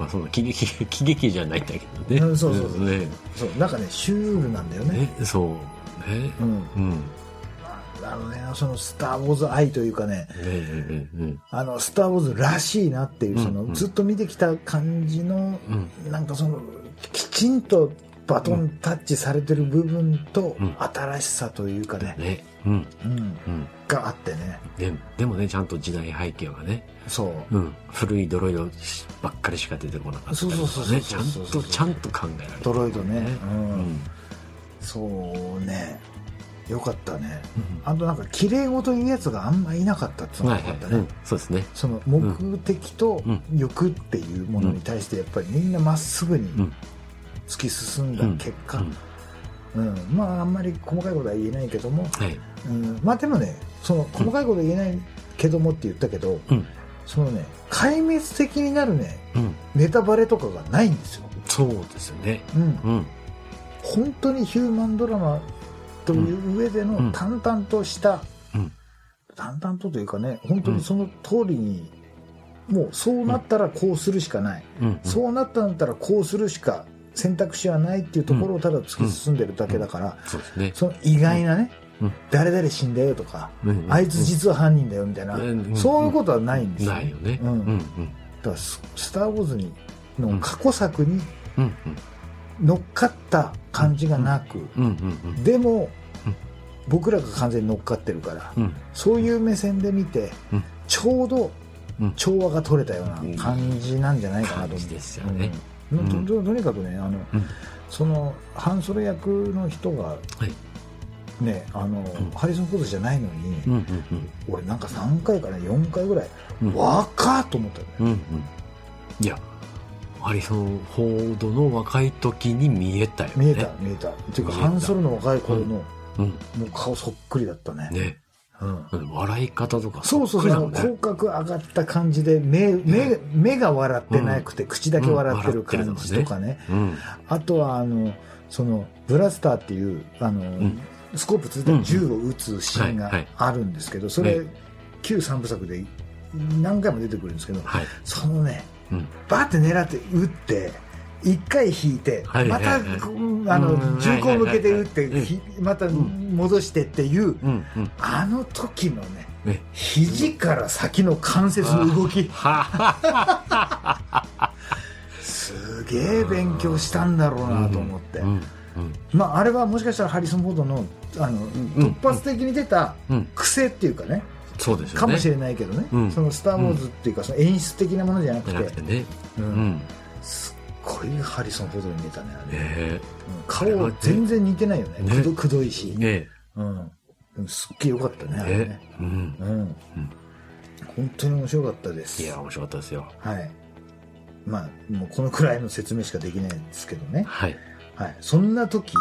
[SPEAKER 3] まあそんな喜劇、 喜劇じゃないんだけどね。
[SPEAKER 2] うんそうそうそう
[SPEAKER 3] ね。
[SPEAKER 2] そうなんかねシュールなんだよね
[SPEAKER 3] ね。そう。ね。
[SPEAKER 2] うん
[SPEAKER 3] うん。ね
[SPEAKER 2] あのねその「スター・ウォーズ」愛というかね
[SPEAKER 3] え。うん。
[SPEAKER 2] あの、スター・ウォーズらしいなっていう、
[SPEAKER 3] うん
[SPEAKER 2] その、
[SPEAKER 3] うん
[SPEAKER 2] ずっと見てきた感じの、
[SPEAKER 3] うん。
[SPEAKER 2] なんかその、きちんとバトンタッチされてる部分と
[SPEAKER 3] うん、
[SPEAKER 2] 新しさというかね、
[SPEAKER 3] ね。うん。
[SPEAKER 2] うん、
[SPEAKER 3] うん。
[SPEAKER 2] があってね、
[SPEAKER 3] ででもね、ちゃんと時代背景がね、
[SPEAKER 2] そう。
[SPEAKER 3] うん、古いドロイドばっかりしか出てこなかったりと
[SPEAKER 2] そう
[SPEAKER 3] か
[SPEAKER 2] そうそう
[SPEAKER 3] ね、
[SPEAKER 2] そう
[SPEAKER 3] ちゃんと、ちゃんと考えられて
[SPEAKER 2] ド
[SPEAKER 3] る
[SPEAKER 2] ロイドね、う、
[SPEAKER 3] うんん。
[SPEAKER 2] そうね、よかったね。あとなんか、綺麗事言うやつがあんまいなかったっつうのが
[SPEAKER 3] は
[SPEAKER 2] よ
[SPEAKER 3] いは
[SPEAKER 2] か
[SPEAKER 3] い
[SPEAKER 2] ったね。
[SPEAKER 3] うんそうですね。
[SPEAKER 2] その目的と
[SPEAKER 3] うん
[SPEAKER 2] 欲っていうものに対してやっぱりみんなまっすぐに
[SPEAKER 3] うん
[SPEAKER 2] 突き進んだ結果、
[SPEAKER 3] うん
[SPEAKER 2] うんまああんまり細かいことは言えないけども、
[SPEAKER 3] はい。
[SPEAKER 2] うん、まあでもねその細かいこと言えないけどもって言ったけど、
[SPEAKER 3] うん。
[SPEAKER 2] そのね壊滅的になるね
[SPEAKER 3] うん。
[SPEAKER 2] ネタバレとかがないんですよ、
[SPEAKER 3] そうですよね。
[SPEAKER 2] うん、
[SPEAKER 3] うん。
[SPEAKER 2] 本当にヒューマンドラマという上で
[SPEAKER 3] う
[SPEAKER 2] の
[SPEAKER 3] ん
[SPEAKER 2] 淡々とした、
[SPEAKER 3] うん
[SPEAKER 2] 淡々とというかね本当にその通りに、もうそうなったらこうするしかない、
[SPEAKER 3] うん。
[SPEAKER 2] そうなったんだったらこうするしか選択肢はないっていうところをただ突き進んでるだけだから、
[SPEAKER 3] そうですね。
[SPEAKER 2] その意外なね、
[SPEAKER 3] うん
[SPEAKER 2] 誰々死んだよとか、
[SPEAKER 3] うん
[SPEAKER 2] あいつ実は犯人だよみたいな、
[SPEAKER 3] うん
[SPEAKER 2] そういうことはないんですよ、
[SPEAKER 3] ないよね。
[SPEAKER 2] うん
[SPEAKER 3] うん。
[SPEAKER 2] だからス「スター・ウォーズに」の過去作に
[SPEAKER 3] うん。
[SPEAKER 2] 乗っかった感じがなく、
[SPEAKER 3] うん。うん。うん。
[SPEAKER 2] でも、
[SPEAKER 3] うん
[SPEAKER 2] 僕らが完全に乗っかってるから、
[SPEAKER 3] うん。
[SPEAKER 2] そういう目線で見て、
[SPEAKER 3] うん
[SPEAKER 2] ちょうど
[SPEAKER 3] うん
[SPEAKER 2] 調和が取れたような感じなんじゃないかなと思
[SPEAKER 3] 感
[SPEAKER 2] う
[SPEAKER 3] じですよね
[SPEAKER 2] うん
[SPEAKER 3] うん
[SPEAKER 2] とととにかくねあの、
[SPEAKER 3] うん
[SPEAKER 2] その半袖役の人が、ねあの
[SPEAKER 3] ん
[SPEAKER 2] ハリソン・フォードじゃないのに、
[SPEAKER 3] うん。うん。
[SPEAKER 2] 俺なんか3回から4回ぐらい、
[SPEAKER 3] うん
[SPEAKER 2] 若っと思ったよね、
[SPEAKER 3] うん。うん。いや、ハリソン・フォードの若い時に見えたよね。
[SPEAKER 2] 見えた。見えたっていうか
[SPEAKER 3] 見えた
[SPEAKER 2] 半袖の若い頃の、も
[SPEAKER 3] うん。
[SPEAKER 2] う顔そっくりだったね
[SPEAKER 3] ね。
[SPEAKER 2] うん
[SPEAKER 3] うん笑い方とか
[SPEAKER 2] そうそうそう、
[SPEAKER 3] っ
[SPEAKER 2] あの
[SPEAKER 3] くりだもん
[SPEAKER 2] 口角上がった感じで目目目が笑ってなくて、口だけ笑って
[SPEAKER 3] う
[SPEAKER 2] る
[SPEAKER 3] ん笑ってる
[SPEAKER 2] 感
[SPEAKER 3] のがね
[SPEAKER 2] じとかね、
[SPEAKER 3] うん。
[SPEAKER 2] あとはあのそのブラスターっていうあの、
[SPEAKER 3] ん
[SPEAKER 2] スコープついた銃を撃つシーン
[SPEAKER 3] うんうんは
[SPEAKER 2] が
[SPEAKER 3] い
[SPEAKER 2] あるんですけど、それ、
[SPEAKER 3] ね
[SPEAKER 2] 旧三部作で何回も出てくるんですけど、
[SPEAKER 3] はい。
[SPEAKER 2] そのね
[SPEAKER 3] うん。
[SPEAKER 2] バーって狙って撃って一回引いて、
[SPEAKER 3] はい
[SPEAKER 2] ま
[SPEAKER 3] はいは
[SPEAKER 2] た
[SPEAKER 3] い
[SPEAKER 2] こうあの
[SPEAKER 3] うん
[SPEAKER 2] 銃口を向けて撃っ
[SPEAKER 3] はい
[SPEAKER 2] て
[SPEAKER 3] はいはい
[SPEAKER 2] ひまた戻してっていう、
[SPEAKER 3] うん。うん。
[SPEAKER 2] あの時のね
[SPEAKER 3] ね。
[SPEAKER 2] 肘から先の関節の動き
[SPEAKER 3] は
[SPEAKER 2] すげえ勉強したんだろうなと思って、
[SPEAKER 3] うん。うん。
[SPEAKER 2] まあ、あれはもしかしたらハリソン・フォードのあの
[SPEAKER 3] うん
[SPEAKER 2] 突発的に出た
[SPEAKER 3] うん。
[SPEAKER 2] 癖っていうかね
[SPEAKER 3] そうですよね。
[SPEAKER 2] かもしれないけどね、
[SPEAKER 3] うん
[SPEAKER 2] その「スター・ウォーズ」っていうかその演出的なものじゃなく
[SPEAKER 3] じ
[SPEAKER 2] て
[SPEAKER 3] ゃなくてね。
[SPEAKER 2] う
[SPEAKER 3] うんん。ね
[SPEAKER 2] すっごいハリソン・フォードに見えたねあれ、
[SPEAKER 3] え。
[SPEAKER 2] うん顔全然似てないよね
[SPEAKER 3] ね
[SPEAKER 2] くどくどいし、
[SPEAKER 3] ね
[SPEAKER 2] うん、でもすっげえよかったね
[SPEAKER 3] え。
[SPEAKER 2] あれ
[SPEAKER 3] ね
[SPEAKER 2] ね、
[SPEAKER 3] うん。
[SPEAKER 2] うん本当に面白かったです
[SPEAKER 3] いや、面白かったですよ。
[SPEAKER 2] はい。まあ、もうこのくらいの説明しかできないんですけどね。
[SPEAKER 3] はい。
[SPEAKER 2] はい。そんな時、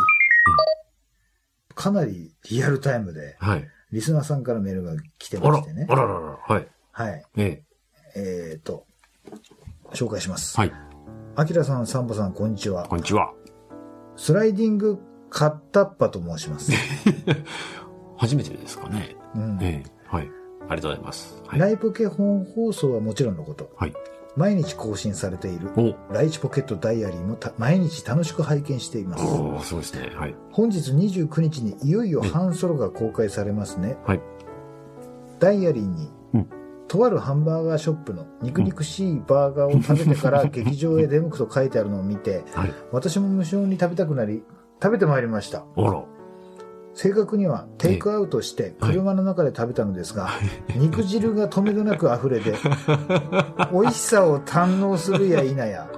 [SPEAKER 2] かなりリアルタイムで、
[SPEAKER 3] はい。
[SPEAKER 2] リスナーさんからメールが来て
[SPEAKER 3] あ
[SPEAKER 2] ま
[SPEAKER 3] ら、
[SPEAKER 2] してね
[SPEAKER 3] あ。らららら、はい。
[SPEAKER 2] はい。
[SPEAKER 3] ね
[SPEAKER 2] えっ、ー、と、紹介します。
[SPEAKER 3] はい。
[SPEAKER 2] あきらさん、サンボさん、こんにちは
[SPEAKER 3] こ。んにちは。
[SPEAKER 2] スライディングカッタッパと申し ます。
[SPEAKER 3] 初めてですかね。
[SPEAKER 2] うん
[SPEAKER 3] ええ。はい。ありがとうございます。はい。
[SPEAKER 2] ライブ系本放送はもちろんのこと、
[SPEAKER 3] はい。
[SPEAKER 2] 毎日更新されている、
[SPEAKER 3] お
[SPEAKER 2] ライチポケットダイアリーもた毎日楽しく拝見しています。
[SPEAKER 3] おーすごいですね。はい。
[SPEAKER 2] 本日29日にいよいよ半ソロが公開されますね。
[SPEAKER 3] はい。
[SPEAKER 2] ダイアリーに、
[SPEAKER 3] うん
[SPEAKER 2] とあるハンバーガーショップの肉肉しいバーガーを食べてから劇場へ出向くと書いてあるのを見て、
[SPEAKER 3] はい。
[SPEAKER 2] 私も無性に食べたくなり、食べてまいりました。
[SPEAKER 3] あら。
[SPEAKER 2] 正確にはテイクアウトして車の中で食べたのですが、肉汁がとめどなく溢れて、美味しさを堪能するや否や、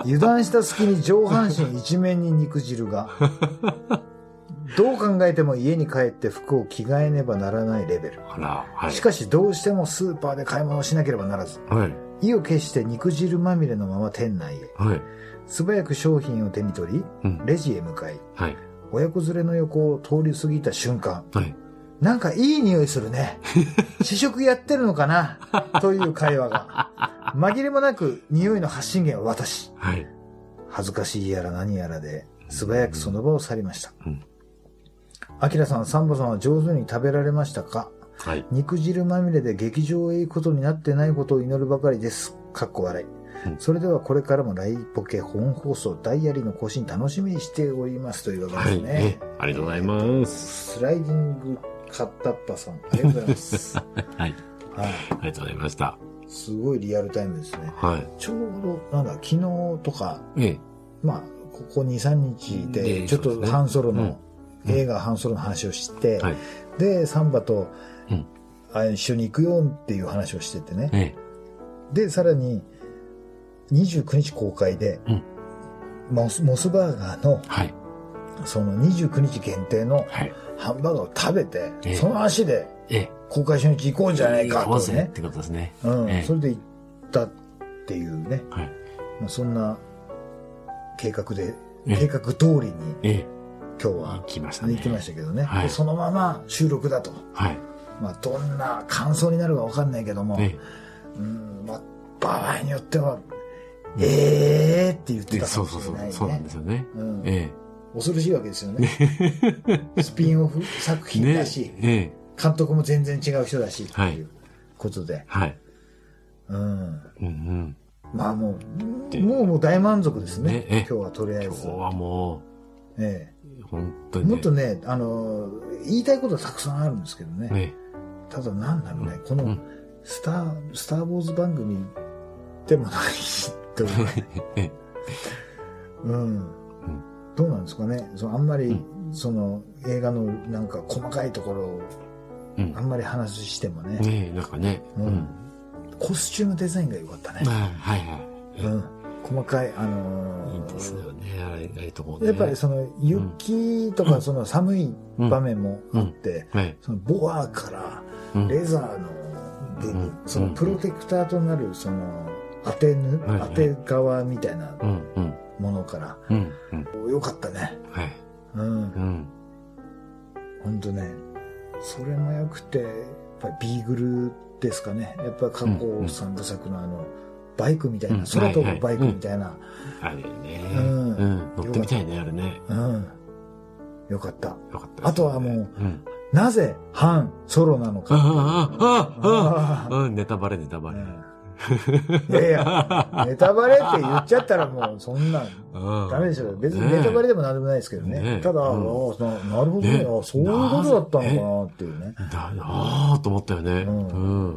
[SPEAKER 2] 油断した隙に上半身一面に肉汁が。どう考えても家に帰って服を着替えねばならないレベル。
[SPEAKER 3] あら、は
[SPEAKER 2] しかしどうしてもスーパーで買い物をしなければならず、
[SPEAKER 3] い。はい。
[SPEAKER 2] 意を決して肉汁まみれのまま店内へ。
[SPEAKER 3] はい。
[SPEAKER 2] 素早く商品を手に取り、
[SPEAKER 3] うん。
[SPEAKER 2] レジへ向かい、
[SPEAKER 3] はい。
[SPEAKER 2] 親子連れの横を通り過ぎた瞬間、
[SPEAKER 3] はい。
[SPEAKER 2] なんかいい匂いする ね。試食やってるのかなという会話が。紛れもなく匂いの発信源は私。
[SPEAKER 3] はい。
[SPEAKER 2] 恥ずかしいやら何やらで、素早くその場を去りました
[SPEAKER 3] うん。
[SPEAKER 2] アキラさん、サンボさんは上手に食べられましたか
[SPEAKER 3] はい。
[SPEAKER 2] 肉汁まみれで劇場へ行くことになってないことを祈るばかりです。かっこ笑い。
[SPEAKER 3] うん
[SPEAKER 2] それではこれからもライポケ本放送ダイアリーの更新楽しみにしておりますというわ
[SPEAKER 3] は
[SPEAKER 2] けで
[SPEAKER 3] い。
[SPEAKER 2] すね。
[SPEAKER 3] ねありがとうございます。
[SPEAKER 2] スライディングカッタッパさん、ありがとうございます。 は
[SPEAKER 3] はい。
[SPEAKER 2] い。
[SPEAKER 3] ありがとうございました。
[SPEAKER 2] すごいリアルタイムですね。
[SPEAKER 3] はい。
[SPEAKER 2] ちょうど、なんだ、昨日とか、
[SPEAKER 3] ええ。
[SPEAKER 2] まあ、ここ2、3日で、
[SPEAKER 3] で
[SPEAKER 2] ちょっ
[SPEAKER 3] そう
[SPEAKER 2] と
[SPEAKER 3] ですね
[SPEAKER 2] 半ソロの、
[SPEAKER 3] うん
[SPEAKER 2] 映画半ソロの話をして、
[SPEAKER 3] はい。
[SPEAKER 2] で、サンバと、
[SPEAKER 3] うん
[SPEAKER 2] あ一緒に行くよっていう話をしててね。
[SPEAKER 3] え
[SPEAKER 2] で、さらに、29日公開で、
[SPEAKER 3] うん
[SPEAKER 2] モスモスバーガーの
[SPEAKER 3] え。はい。
[SPEAKER 2] その29日限定の
[SPEAKER 3] はい。
[SPEAKER 2] ハンバーガーを食べて、
[SPEAKER 3] ええ
[SPEAKER 2] その足で
[SPEAKER 3] え、
[SPEAKER 2] 公開初日行こうじゃないか
[SPEAKER 3] 行こう
[SPEAKER 2] と
[SPEAKER 3] ぜ
[SPEAKER 2] ね
[SPEAKER 3] っ。てことですね。
[SPEAKER 2] う
[SPEAKER 3] え
[SPEAKER 2] ん、
[SPEAKER 3] え
[SPEAKER 2] それで行ったっていうね、
[SPEAKER 3] はい。
[SPEAKER 2] まあ、そんな計画で、
[SPEAKER 3] ええ
[SPEAKER 2] 計画通りに
[SPEAKER 3] ええ、
[SPEAKER 2] 今日
[SPEAKER 3] 行
[SPEAKER 2] は
[SPEAKER 3] きましたね。
[SPEAKER 2] 行きましたけどね、
[SPEAKER 3] はい
[SPEAKER 2] でそのまま収録だと、
[SPEAKER 3] はい。
[SPEAKER 2] まあ、どんな感想になるかわかんないけども、
[SPEAKER 3] え
[SPEAKER 2] うんまあ、場合によっては、ええーって言っ
[SPEAKER 3] え、
[SPEAKER 2] て
[SPEAKER 3] で
[SPEAKER 2] たか
[SPEAKER 3] そう
[SPEAKER 2] も
[SPEAKER 3] そ
[SPEAKER 2] し
[SPEAKER 3] うそ。
[SPEAKER 2] れないうね。
[SPEAKER 3] そうなんですよね。
[SPEAKER 2] うん
[SPEAKER 3] え
[SPEAKER 2] 恐ろしいわけですよ ね。スピンオフ作
[SPEAKER 3] え。
[SPEAKER 2] 品
[SPEAKER 3] ね
[SPEAKER 2] だし、
[SPEAKER 3] ええ。
[SPEAKER 2] 監督も全然違う人だし、
[SPEAKER 3] はい
[SPEAKER 2] っていうことで。
[SPEAKER 3] はい。
[SPEAKER 2] うん。
[SPEAKER 3] うんうん。
[SPEAKER 2] まあもう、
[SPEAKER 3] で
[SPEAKER 2] もうもう大満足ですね。
[SPEAKER 3] ねええ
[SPEAKER 2] 今日はとりあえ
[SPEAKER 3] 今
[SPEAKER 2] ず
[SPEAKER 3] 日。はも
[SPEAKER 2] え
[SPEAKER 3] う、本当
[SPEAKER 2] え
[SPEAKER 3] にね。
[SPEAKER 2] もっとね、あのー、言いたいことはたくさんあるんですけどね。
[SPEAKER 3] ね
[SPEAKER 2] ただなんだろうね、こ
[SPEAKER 3] う
[SPEAKER 2] の
[SPEAKER 3] ん、
[SPEAKER 2] スター、スターウォーズ番組でもないというか、
[SPEAKER 3] ええ。
[SPEAKER 2] うん。どうなんですかね。そのあんまり、その映画のなんか細かいところを
[SPEAKER 3] うん
[SPEAKER 2] あんまり話してもね、
[SPEAKER 3] ねえ、なんかね。
[SPEAKER 2] う
[SPEAKER 3] うんん。
[SPEAKER 2] コスチュームデザインが良かったね。
[SPEAKER 3] まあ、はいはい。
[SPEAKER 2] うん。細かい、あ
[SPEAKER 3] いいん
[SPEAKER 2] のー
[SPEAKER 3] ですよね。あれ、あれとこね。
[SPEAKER 2] やっぱりその雪とかその寒い場面もあって、
[SPEAKER 3] はい。
[SPEAKER 2] そのボアから
[SPEAKER 3] うん
[SPEAKER 2] レザーの部分、
[SPEAKER 3] うん
[SPEAKER 2] そのプロテクターとなるその当てぬ、
[SPEAKER 3] はいはい
[SPEAKER 2] 当て側みたいな
[SPEAKER 3] うんうん。
[SPEAKER 2] ものから、
[SPEAKER 3] うんうん。
[SPEAKER 2] 良かったね。
[SPEAKER 3] はい。
[SPEAKER 2] うん
[SPEAKER 3] う。ん。
[SPEAKER 2] ほんとね。それも良くて、やっぱりビーグルですかね。やっぱ過去三部作のあの、バイクみたい
[SPEAKER 3] うん
[SPEAKER 2] な、空飛ぶバイクみたいな、
[SPEAKER 3] あれね。
[SPEAKER 2] うん
[SPEAKER 3] うん。乗ってみたいね、あれね。
[SPEAKER 2] うん。よかった。
[SPEAKER 3] よかったですね
[SPEAKER 2] あとはもう、
[SPEAKER 3] うん。
[SPEAKER 2] なぜ、半ソロなの
[SPEAKER 3] あ
[SPEAKER 2] か。
[SPEAKER 3] あ、ああ、ああ。
[SPEAKER 2] あ
[SPEAKER 3] うん、ネタバレ、ネタバ
[SPEAKER 2] あ
[SPEAKER 3] レ。
[SPEAKER 2] いやいや、ネタバレって言っちゃったらもうそんなんダメで しょ。別にネタバレ
[SPEAKER 3] で。
[SPEAKER 2] でも何でもないですけどね。
[SPEAKER 3] ねえ
[SPEAKER 2] ただ、
[SPEAKER 3] うん
[SPEAKER 2] ああそななるほどね
[SPEAKER 3] ねえ
[SPEAKER 2] ああそういうことだったのかなっていうね。
[SPEAKER 3] だなぁと思ったよね。う
[SPEAKER 2] うん
[SPEAKER 3] ん。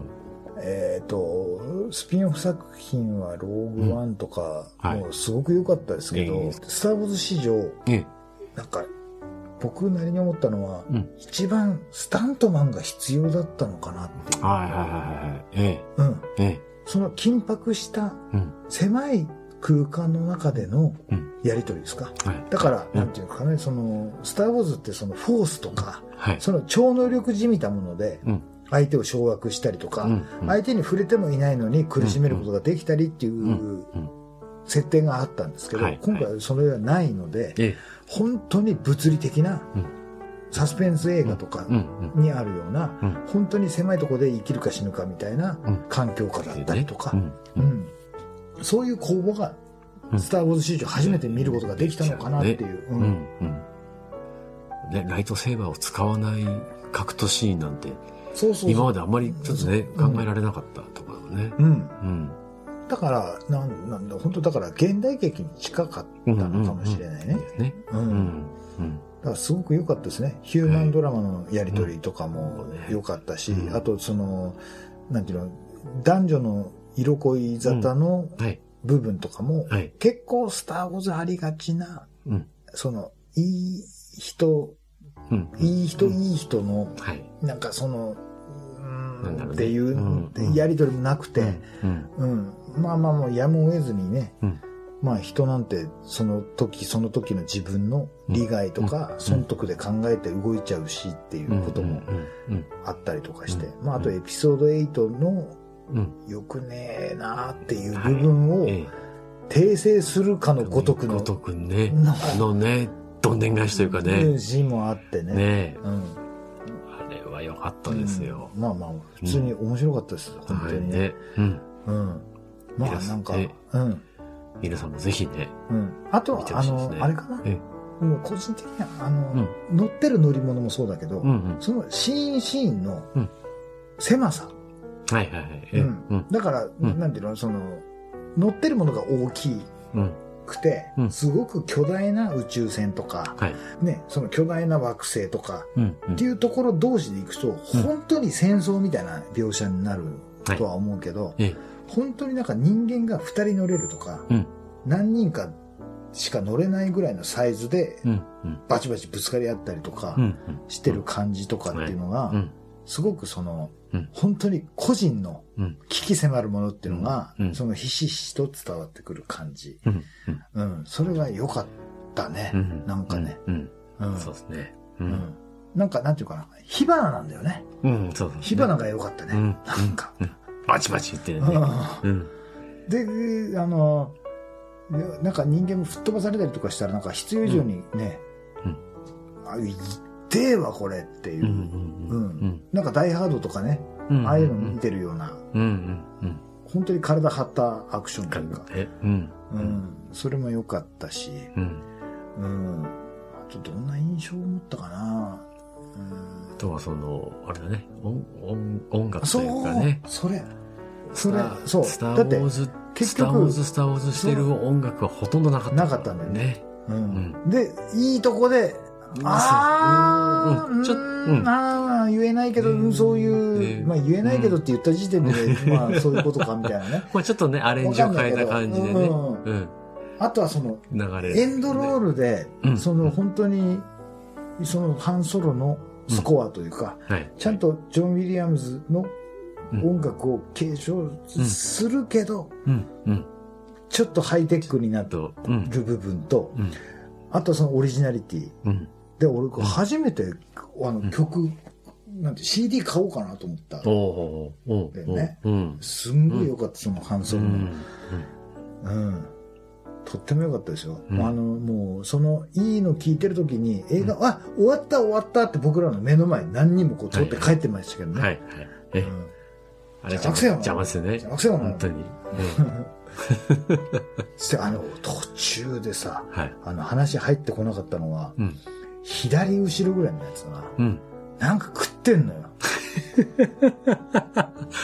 [SPEAKER 2] えっ、と、スピンオフ作品はローグワンとか、
[SPEAKER 3] うんはい
[SPEAKER 2] もうすごく良かったですけど、
[SPEAKER 3] ええ
[SPEAKER 2] スター・ウォーズ史上、
[SPEAKER 3] え
[SPEAKER 2] なんか、僕なりに思ったのは、
[SPEAKER 3] うん
[SPEAKER 2] 一番スタントマンが必要だったのかなってい
[SPEAKER 3] え。はいはいはいはい。え
[SPEAKER 2] う。うん。
[SPEAKER 3] え。ええ。
[SPEAKER 2] その緊迫した
[SPEAKER 3] うん。
[SPEAKER 2] 狭い空間の中での
[SPEAKER 3] うん
[SPEAKER 2] やりとりですか。
[SPEAKER 3] はい。
[SPEAKER 2] だから、
[SPEAKER 3] うん
[SPEAKER 2] なんていうかね、その、スター・ウォーズってそのフォースとか、
[SPEAKER 3] はい。
[SPEAKER 2] その超能力じみたもので、
[SPEAKER 3] うん。
[SPEAKER 2] 相手を掌握したりとか、
[SPEAKER 3] うんうん
[SPEAKER 2] 相手に触れてもいないのに苦しめることができたりってい
[SPEAKER 3] う
[SPEAKER 2] う
[SPEAKER 3] んうん
[SPEAKER 2] 設定があったんですけど、
[SPEAKER 3] はい
[SPEAKER 2] 今回はそれはないので、
[SPEAKER 3] ええ。
[SPEAKER 2] 本当に物理的な
[SPEAKER 3] うん
[SPEAKER 2] サスペンス映画とか
[SPEAKER 3] うんうん。
[SPEAKER 2] にあるような、
[SPEAKER 3] うん
[SPEAKER 2] 本当に狭いところで生きるか死ぬかみたいな
[SPEAKER 3] うん
[SPEAKER 2] 環境下だったりとか、
[SPEAKER 3] うんう。
[SPEAKER 2] うんんそういう公募が
[SPEAKER 3] う、ん
[SPEAKER 2] スター・ウォーズ史上初めて見ることができたのかなっていう。
[SPEAKER 3] う。
[SPEAKER 2] うん
[SPEAKER 3] うんん。ね、ライトセーバーを使わない格闘シーンなんて、
[SPEAKER 2] そうそうそう
[SPEAKER 3] 今まであんまりちょっとね、
[SPEAKER 2] うん
[SPEAKER 3] 考えられなかったところだね。
[SPEAKER 2] うん、
[SPEAKER 3] うん。
[SPEAKER 2] だから、なんなんだ、本当だから現代劇に近かったのかもしれないね。
[SPEAKER 3] ね。
[SPEAKER 2] う。
[SPEAKER 3] うん
[SPEAKER 2] だ
[SPEAKER 3] ん。うん。
[SPEAKER 2] からすごく良かったですね。ヒューマンドラマのやりとりとかも
[SPEAKER 3] はい
[SPEAKER 2] 良かったし
[SPEAKER 3] う、ん
[SPEAKER 2] あとその、なんていうの、男女の色恋沙汰の
[SPEAKER 3] はい。
[SPEAKER 2] 部分とかも
[SPEAKER 3] はい、
[SPEAKER 2] 結構スターウォーズありがちな、
[SPEAKER 3] うん。
[SPEAKER 2] その、いい人、
[SPEAKER 3] うん。
[SPEAKER 2] いい人、いい人の、
[SPEAKER 3] はい。
[SPEAKER 2] なんかその、う
[SPEAKER 3] なん
[SPEAKER 2] ー
[SPEAKER 3] だろ
[SPEAKER 2] ん
[SPEAKER 3] うね
[SPEAKER 2] っていう
[SPEAKER 3] うん
[SPEAKER 2] やりとりもなくて、
[SPEAKER 3] うん。
[SPEAKER 2] うん、まあまあもうやむを得ずにね、
[SPEAKER 3] うん
[SPEAKER 2] まあ人なんてその時その時の自分の利害とか損得で考えて動いちゃうしっていうことも
[SPEAKER 3] うん。
[SPEAKER 2] あったりとかして、
[SPEAKER 3] うん
[SPEAKER 2] まああとエピソード8の
[SPEAKER 3] うん。
[SPEAKER 2] 良くねえなっていう部分を
[SPEAKER 3] え
[SPEAKER 2] 訂正するか
[SPEAKER 3] え。
[SPEAKER 2] のごとくの
[SPEAKER 3] ごとくね。
[SPEAKER 2] の
[SPEAKER 3] のね、どんでん返しというかね。
[SPEAKER 2] シーンもあってね。
[SPEAKER 3] ね
[SPEAKER 2] うん、
[SPEAKER 3] あれは良かったですよ。
[SPEAKER 2] まあまあ普通に面白かったです、本
[SPEAKER 3] は
[SPEAKER 2] 当
[SPEAKER 3] い
[SPEAKER 2] にね、
[SPEAKER 3] ね。うん。
[SPEAKER 2] うん、まあなんか、
[SPEAKER 3] いいですね
[SPEAKER 2] うん
[SPEAKER 3] 皆さんもぜひね。
[SPEAKER 2] うん、あと
[SPEAKER 3] 見
[SPEAKER 2] は
[SPEAKER 3] てほ
[SPEAKER 2] あ
[SPEAKER 3] しいです
[SPEAKER 2] の
[SPEAKER 3] ね
[SPEAKER 2] あれかな
[SPEAKER 3] ええ。
[SPEAKER 2] もう個人的にはあの、
[SPEAKER 3] うん
[SPEAKER 2] 乗ってる乗り物もそうだけど、
[SPEAKER 3] うんうん。
[SPEAKER 2] そのシーンシーンの
[SPEAKER 3] うん
[SPEAKER 2] 狭さ、
[SPEAKER 3] はいはいはい。うん。
[SPEAKER 2] だから、
[SPEAKER 3] うん
[SPEAKER 2] なんていうのその乗ってるものが大き
[SPEAKER 3] うん。
[SPEAKER 2] くて、
[SPEAKER 3] うん
[SPEAKER 2] すごく巨大な宇宙船とか、
[SPEAKER 3] はい。
[SPEAKER 2] ね、その巨大な惑星とか
[SPEAKER 3] うん。うん
[SPEAKER 2] っていうところ同士で行くと、本当に戦争みたいな描写になるとは思うけど、
[SPEAKER 3] ええ。
[SPEAKER 2] 本当になんか人間が2人乗れるとか、
[SPEAKER 3] うん
[SPEAKER 2] 何人かしか乗れないぐらいのサイズで
[SPEAKER 3] うん。うん。
[SPEAKER 2] バチバチぶつかり合ったりとか。
[SPEAKER 3] うん。
[SPEAKER 2] してる感じとかっていうのが、
[SPEAKER 3] うん。
[SPEAKER 2] すごくその、
[SPEAKER 3] うん
[SPEAKER 2] 本当に個人の
[SPEAKER 3] うん。
[SPEAKER 2] 危機迫るものっていうのが、
[SPEAKER 3] うん
[SPEAKER 2] そのひしひしと伝わってくる感じ。
[SPEAKER 3] うん。うん。
[SPEAKER 2] うん、それが良かっったね。
[SPEAKER 3] うん
[SPEAKER 2] なんかね。。
[SPEAKER 3] うん。
[SPEAKER 2] う
[SPEAKER 3] うんんそうですね。う。
[SPEAKER 2] うんんなんか、なんていうかな。火花なんだよね。
[SPEAKER 3] うん、そうそう。
[SPEAKER 2] 火花が良かったね。
[SPEAKER 3] うん
[SPEAKER 2] なんか。
[SPEAKER 3] バチバチ言ってる
[SPEAKER 2] う
[SPEAKER 3] ね。
[SPEAKER 2] ん
[SPEAKER 3] うん。
[SPEAKER 2] で、あの、なんか人間も吹っ飛ばされたりとかしたら、なんか必要以上にね、
[SPEAKER 3] うん
[SPEAKER 2] あ、いってえわ、これっていうう。
[SPEAKER 3] ん。う。
[SPEAKER 2] うんなんかダイハードとかね、
[SPEAKER 3] うん。
[SPEAKER 2] ああいうの見てるような、
[SPEAKER 3] うん。うん。
[SPEAKER 2] 本当に体張ったアクションというか、
[SPEAKER 3] え、うん。
[SPEAKER 2] う。ん、それも良かったし、
[SPEAKER 3] うん。
[SPEAKER 2] うん、あとどんな印象を持ったかな、うん
[SPEAKER 3] あ、とはその、あれだね。音、音、音楽と
[SPEAKER 2] そ
[SPEAKER 3] いうかね
[SPEAKER 2] う、。それ、それ
[SPEAKER 3] スタ、ー
[SPEAKER 2] そう
[SPEAKER 3] スター・
[SPEAKER 2] だ
[SPEAKER 3] ウ
[SPEAKER 2] って
[SPEAKER 3] ォーズ、
[SPEAKER 2] 結局
[SPEAKER 3] スター・ウォーズ、スター・ウォーズしてる音楽はほとんどなかった。
[SPEAKER 2] なかったんだよね。うんで、いいとこで、
[SPEAKER 3] うん
[SPEAKER 2] ああ、
[SPEAKER 3] うんうんちょっと
[SPEAKER 2] う
[SPEAKER 3] うん
[SPEAKER 2] ん、ああ、言えないけど、
[SPEAKER 3] うん
[SPEAKER 2] うんそういう、
[SPEAKER 3] ね
[SPEAKER 2] まあ言えないけどって言った時点で、まあそういうことかみたいなね。
[SPEAKER 3] まあちょっとね、アレンジを変えた感じでね。
[SPEAKER 2] わかん
[SPEAKER 3] うん。
[SPEAKER 2] あとはその、
[SPEAKER 3] 流れ。
[SPEAKER 2] エンドロールで、
[SPEAKER 3] うん
[SPEAKER 2] その本当に、そのハンソロのスコアというか、
[SPEAKER 3] はい。
[SPEAKER 2] ちゃんとジョン・ウィリアムズの
[SPEAKER 3] うん
[SPEAKER 2] 音楽を継承するけど、
[SPEAKER 3] うん。うん。
[SPEAKER 2] ちょっとハイテクになって
[SPEAKER 3] と、うん。
[SPEAKER 2] る部分と、
[SPEAKER 3] うん。
[SPEAKER 2] あとそのオリジナリティ。
[SPEAKER 3] うん。
[SPEAKER 2] で、俺、初めて、あ
[SPEAKER 3] ん
[SPEAKER 2] の、曲、なんて、CD 買おうかなと思った。
[SPEAKER 3] おおおおおうん。
[SPEAKER 2] すんごい良かった、そのハン
[SPEAKER 3] う
[SPEAKER 2] ソロの。
[SPEAKER 3] ん。
[SPEAKER 2] うん。とっても良かったですよ。
[SPEAKER 3] うん
[SPEAKER 2] あの、もう、その、いいの聞いてる時に、映画、あ、終わった、終わったって僕らの目の前に何人もこう、通って帰ってましたけどね。
[SPEAKER 3] はい。はい。
[SPEAKER 2] う
[SPEAKER 3] え、
[SPEAKER 2] ん
[SPEAKER 3] あれ邪魔邪魔するね。
[SPEAKER 2] 邪魔くせえよな
[SPEAKER 3] 本当に。
[SPEAKER 2] そして、あの、途中でさ、
[SPEAKER 3] はい。
[SPEAKER 2] あの、話入ってこなかったのは、
[SPEAKER 3] うん。
[SPEAKER 2] 左後ろぐらいのやつだな。
[SPEAKER 3] うん。
[SPEAKER 2] なんか食ってんのよ。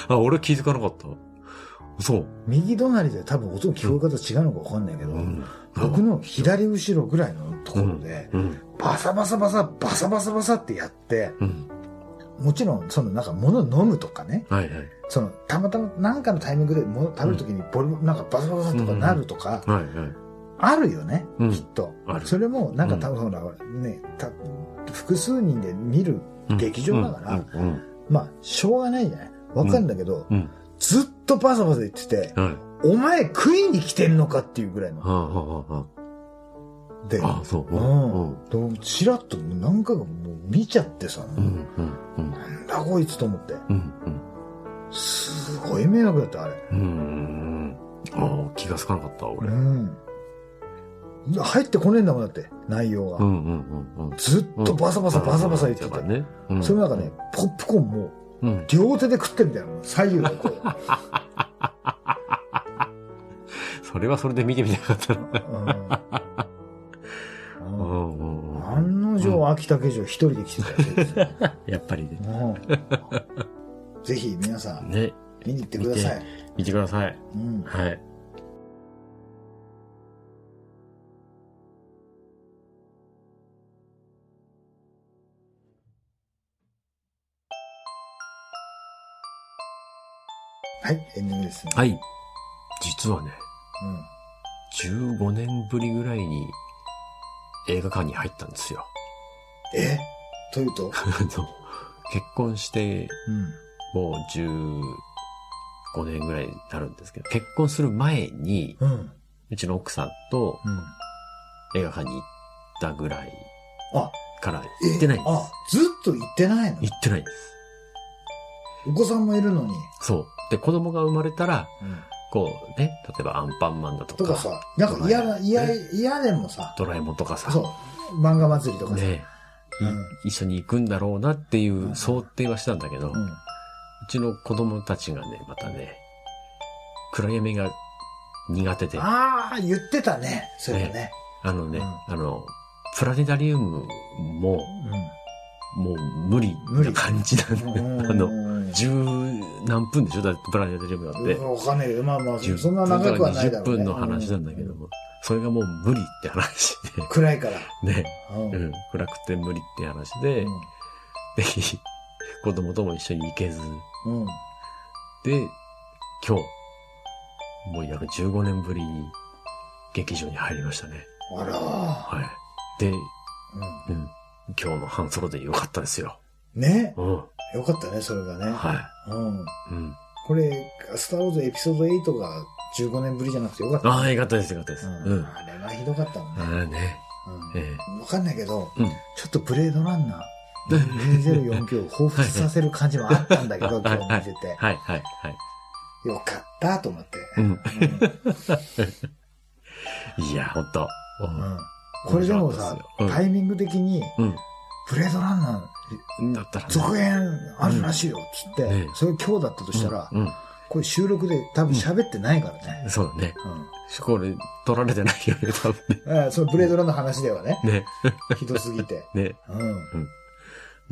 [SPEAKER 3] あ、俺気づかなかった。そう。
[SPEAKER 2] 右隣で多分音の聞こえ方違うのかわかんないけど、
[SPEAKER 3] うん。
[SPEAKER 2] 僕の左後ろぐらいのところで、
[SPEAKER 3] うん。
[SPEAKER 2] バサバサバサ、バサバサバサってやって、
[SPEAKER 3] うん。
[SPEAKER 2] もちろん、そのなんか物飲むとかね、
[SPEAKER 3] はいはい。
[SPEAKER 2] そのたまたまなんかのタイミングで物食べるときにボリュームなんかバサバサとかなるとか、
[SPEAKER 3] はいはい。
[SPEAKER 2] あるよね、
[SPEAKER 3] うん
[SPEAKER 2] きっと
[SPEAKER 3] あ。る
[SPEAKER 2] それもなんか多分ほら、ね、た複数人で見る劇場だから、
[SPEAKER 3] うん。
[SPEAKER 2] まあ、しょうがないじゃない。わかるんだけど、
[SPEAKER 3] うん。
[SPEAKER 2] ずっとバサバサ言ってて、
[SPEAKER 3] はい。
[SPEAKER 2] お前食いに来てんのかっていうぐらいの。
[SPEAKER 3] はあはあは
[SPEAKER 2] で、
[SPEAKER 3] あ。あ、そう。
[SPEAKER 2] うん。でもちらっと何回かもう見ちゃってさ、
[SPEAKER 3] うん。うん。うん。
[SPEAKER 2] なんだこいつと思って。
[SPEAKER 3] うん。
[SPEAKER 2] すごい迷惑だった、あれ。
[SPEAKER 3] うん。ああ、気がつかなかった、俺。
[SPEAKER 2] う
[SPEAKER 3] うん
[SPEAKER 2] ん。入ってこねえんだもんだって、内容
[SPEAKER 3] う
[SPEAKER 2] が。
[SPEAKER 3] んうん
[SPEAKER 2] ずっ
[SPEAKER 3] うん。
[SPEAKER 2] とバサバサバサバサ言ってて。
[SPEAKER 3] ね。
[SPEAKER 2] その中ね、ポップコーンも
[SPEAKER 3] うん。
[SPEAKER 2] 両手で食ってんだよ、左右で こう。
[SPEAKER 3] それはそれで見てみたかったな。
[SPEAKER 2] う
[SPEAKER 3] うん
[SPEAKER 2] うん
[SPEAKER 3] んうんうん。
[SPEAKER 2] 案の定、秋竹城一人で来てたらしいですよ。
[SPEAKER 3] やっぱりね。
[SPEAKER 2] うんぜひ皆さん、
[SPEAKER 3] ね。
[SPEAKER 2] 見に行ってください。
[SPEAKER 3] 見てください。
[SPEAKER 2] うん
[SPEAKER 3] はい。
[SPEAKER 2] はい、エンディングですね。
[SPEAKER 3] はい。実はね、
[SPEAKER 2] うん
[SPEAKER 3] 15年ぶりぐらいに映画館に入ったん ですよ。
[SPEAKER 2] えというと、
[SPEAKER 3] あの結婚して
[SPEAKER 2] うん。
[SPEAKER 3] もう15年ぐらいになるんですけど、結婚する前に、
[SPEAKER 2] うん。
[SPEAKER 3] うちの奥さんと
[SPEAKER 2] うん。
[SPEAKER 3] 映画館に行ったぐらい
[SPEAKER 2] あ、
[SPEAKER 3] から
[SPEAKER 2] え
[SPEAKER 3] 行ってないんです。
[SPEAKER 2] あ、ずっと行ってないの
[SPEAKER 3] 行ってないんです。
[SPEAKER 2] お子さんもいるのに。
[SPEAKER 3] そう。で、子供が生まれたら、こうね、例えばアンパンマンだと
[SPEAKER 2] と
[SPEAKER 3] か、
[SPEAKER 2] かさ、なんか嫌な、嫌、嫌でもさ、
[SPEAKER 3] ドラえもんとかさ、
[SPEAKER 2] そう、漫画祭りとかさ。
[SPEAKER 3] ね、い
[SPEAKER 2] うん
[SPEAKER 3] 一緒に行くんだろうなってい
[SPEAKER 2] ん
[SPEAKER 3] う想定はしたんだけど、う
[SPEAKER 2] うん。
[SPEAKER 3] ちの子供たちがね、またね、暗闇が苦手で、あ
[SPEAKER 2] ああ、言ってたね。そうだね。
[SPEAKER 3] のね、
[SPEAKER 2] う
[SPEAKER 3] あの、プラネタリウムも、もう無理
[SPEAKER 2] 無理
[SPEAKER 3] な感じなんだ
[SPEAKER 2] う
[SPEAKER 3] ね。
[SPEAKER 2] ん。
[SPEAKER 3] あの、
[SPEAKER 2] の
[SPEAKER 3] 十何分でしょだってプラネタリウムだって。
[SPEAKER 2] わかんないけど、まあまあ、
[SPEAKER 3] 10
[SPEAKER 2] そんな長くはないだろう、ね。
[SPEAKER 3] 分とか20分の話なんだけど
[SPEAKER 2] う
[SPEAKER 3] も、それがもう無理って話
[SPEAKER 2] 暗いから。
[SPEAKER 3] で、ね、
[SPEAKER 2] うん。
[SPEAKER 3] うん、暗くて無理って話で、ぜひ、子供とも一緒に行けず、
[SPEAKER 2] うん。うん
[SPEAKER 3] で、今日、もう約15年ぶりに劇場に入りましたね。
[SPEAKER 2] あら
[SPEAKER 3] はい。で、
[SPEAKER 2] ー、
[SPEAKER 3] うん、今日の半ソロでよかったですよ。
[SPEAKER 2] うん。ね。
[SPEAKER 3] うん、
[SPEAKER 2] よかったね、それがね。
[SPEAKER 3] は
[SPEAKER 2] うん。
[SPEAKER 3] い。うん。
[SPEAKER 2] これ、スター・ウォーズエピソード8が15年ぶりじゃなくてよかった。
[SPEAKER 3] ああ、よかったです、よかったです。
[SPEAKER 2] う
[SPEAKER 3] うんん。
[SPEAKER 2] あれはひどかったもんね。
[SPEAKER 3] ああね。
[SPEAKER 2] うん
[SPEAKER 3] え
[SPEAKER 2] わかんないけど、
[SPEAKER 3] えうん。
[SPEAKER 2] ちょっとブレードランナー2049を彷彿させる感じもあった んだけど、今日見てて。
[SPEAKER 3] はい、はい、はい。
[SPEAKER 2] よかったと思 って。
[SPEAKER 3] うん。
[SPEAKER 2] うん
[SPEAKER 3] いや、ほんと。
[SPEAKER 2] うんこれでもさ、
[SPEAKER 3] うん
[SPEAKER 2] タイミング的に、
[SPEAKER 3] うん。
[SPEAKER 2] ブレードランナ
[SPEAKER 3] うん。だったら
[SPEAKER 2] ー続編あるらしいよっつって、
[SPEAKER 3] うんね
[SPEAKER 2] それ今日だったとしたら、
[SPEAKER 3] うん。
[SPEAKER 2] これ収録で多分喋ってないからね。
[SPEAKER 3] そうだね。
[SPEAKER 2] うん
[SPEAKER 3] これ、取られてないよね、多分
[SPEAKER 2] ああそのブレードランの話ではね、
[SPEAKER 3] ね。
[SPEAKER 2] ひどすぎて。
[SPEAKER 3] ね。ね。
[SPEAKER 2] う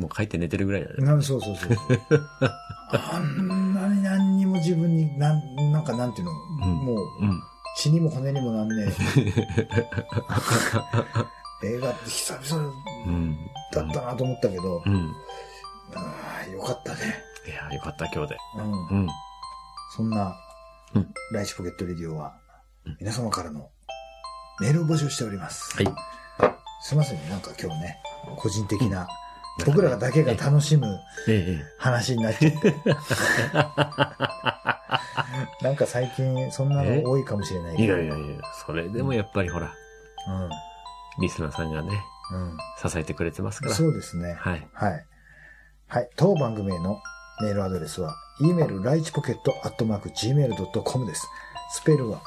[SPEAKER 3] もう帰って寝てるぐらいだ
[SPEAKER 2] ん。
[SPEAKER 3] ね。
[SPEAKER 2] なんそうそうそうそう。 あんなに何にも自分に、なん、なんかなんていうの、
[SPEAKER 3] ん
[SPEAKER 2] もう、
[SPEAKER 3] うん。
[SPEAKER 2] 血にも骨にもなんねえ。 映画って久々
[SPEAKER 3] うん。
[SPEAKER 2] だったなと思ったけど、
[SPEAKER 3] うん。
[SPEAKER 2] ああよかったね。
[SPEAKER 3] いや、よかった、今日で。
[SPEAKER 2] うん
[SPEAKER 3] う。ん。
[SPEAKER 2] そんな
[SPEAKER 3] うん、
[SPEAKER 2] ライチポケットレディオは
[SPEAKER 3] うん、
[SPEAKER 2] 皆様からのメールを募集しております。
[SPEAKER 3] はい。
[SPEAKER 2] すいませんね、なんか今日ね、個人的な、
[SPEAKER 3] うん
[SPEAKER 2] 僕らだけが楽しむ
[SPEAKER 3] ええ、
[SPEAKER 2] 話になっちゃ って。なんか最近、そんなの多いかもしれない
[SPEAKER 3] ええ。
[SPEAKER 2] け
[SPEAKER 3] い
[SPEAKER 2] ど。
[SPEAKER 3] やいやいや、それでもやっぱりほら、リスナーさんがね、
[SPEAKER 2] うん。
[SPEAKER 3] 支えてくれてます
[SPEAKER 2] う
[SPEAKER 3] か
[SPEAKER 2] ん。
[SPEAKER 3] ら。
[SPEAKER 2] そうですね。
[SPEAKER 3] はい。
[SPEAKER 2] はい。はい。当番組へのメールアドレスは、e メールライチポケットアットマーク gmail.com です。スペルは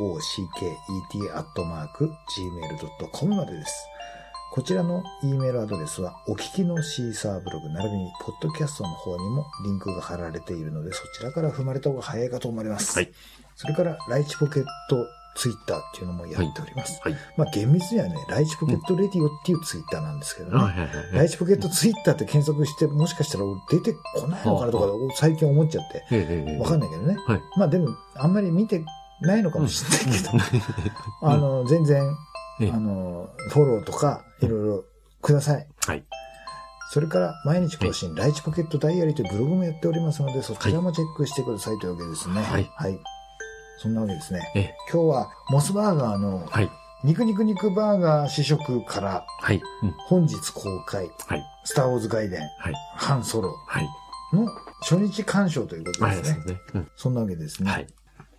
[SPEAKER 2] litchipokete アットマーク gmail.com までです。こちらの E メールアドレスは、お聞きのシーサーブログ並びに、ポッドキャストの方にもリンクが貼られているので、そちらから踏まれた方が早いかと思います。
[SPEAKER 3] はい。
[SPEAKER 2] それから、ライチポケットツイッターっていうのもやっております。
[SPEAKER 3] はい。
[SPEAKER 2] まあ厳密にはね、ライチポケットレディオっていうツイッターなんですけど
[SPEAKER 3] はい
[SPEAKER 2] ね。
[SPEAKER 3] はいはいは
[SPEAKER 2] ラ
[SPEAKER 3] い。
[SPEAKER 2] イチポケットツイッターって検索して、もしかしたら俺出てこないのかなとか
[SPEAKER 3] は、
[SPEAKER 2] 最近思っちゃって。
[SPEAKER 3] ええええ
[SPEAKER 2] わかんないけどね。
[SPEAKER 3] はい
[SPEAKER 2] まあでも、あんまり見てないのかもしれないけど、あの、全然、
[SPEAKER 3] ええ
[SPEAKER 2] あの、フォローとか、いろいろください。
[SPEAKER 3] はい。
[SPEAKER 2] それから、毎日更新、ライチポケットダイアリーというブログもやっておりますので、そちらもチェックしてくださいというわけですね。
[SPEAKER 3] はい
[SPEAKER 2] はい。そんなわけですね。
[SPEAKER 3] ええ
[SPEAKER 2] 今日は、モスバーガーの
[SPEAKER 3] はい。
[SPEAKER 2] 肉肉肉バーガー試食から
[SPEAKER 3] はい。うん。
[SPEAKER 2] 本日公開、
[SPEAKER 3] はい。
[SPEAKER 2] スター・ウォーズ外伝、
[SPEAKER 3] はい。
[SPEAKER 2] ハン・ソロ
[SPEAKER 3] はい。
[SPEAKER 2] の初日鑑賞ということ
[SPEAKER 3] は
[SPEAKER 2] で
[SPEAKER 3] い。
[SPEAKER 2] す
[SPEAKER 3] そ
[SPEAKER 2] ね。
[SPEAKER 3] うね。うん。
[SPEAKER 2] そんなわけですね。
[SPEAKER 3] はい。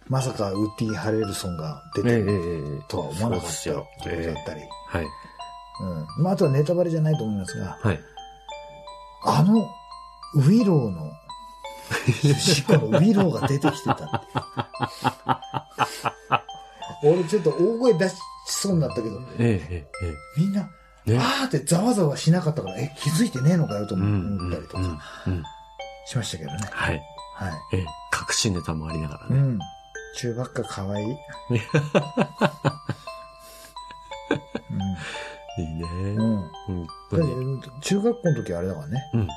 [SPEAKER 2] まさかウッディ・ハレルソンが出
[SPEAKER 3] え
[SPEAKER 2] て
[SPEAKER 3] え
[SPEAKER 2] る
[SPEAKER 3] ええ。
[SPEAKER 2] とは思わなかっ
[SPEAKER 3] そ
[SPEAKER 2] た
[SPEAKER 3] う
[SPEAKER 2] こ
[SPEAKER 3] です
[SPEAKER 2] と
[SPEAKER 3] よえ
[SPEAKER 2] だ
[SPEAKER 3] え
[SPEAKER 2] ったり。
[SPEAKER 3] は
[SPEAKER 2] う
[SPEAKER 3] い。
[SPEAKER 2] ん。まあ、あとはネタバレじゃないと思いますが、
[SPEAKER 3] はい。
[SPEAKER 2] あの、ウィローの、主人公のウィローが出てきてた っていう俺ちょっと大声出しそうになったけど、
[SPEAKER 3] えええええ
[SPEAKER 2] みんな、
[SPEAKER 3] え。ね。
[SPEAKER 2] あーってざわざわしなかったから、え、気づいてねえのかよと
[SPEAKER 3] うんうん
[SPEAKER 2] 思ったりと
[SPEAKER 3] うん
[SPEAKER 2] か
[SPEAKER 3] うん
[SPEAKER 2] しましたけどね。
[SPEAKER 3] はい。
[SPEAKER 2] はい。
[SPEAKER 3] ええ。隠しネタもありなが
[SPEAKER 2] う
[SPEAKER 3] らね。
[SPEAKER 2] ん。中ばっか可愛い。
[SPEAKER 3] いいね
[SPEAKER 2] う。ん。うん。
[SPEAKER 3] 本当
[SPEAKER 2] だって
[SPEAKER 3] に。
[SPEAKER 2] 中学校の時はあれだからね、
[SPEAKER 3] うん。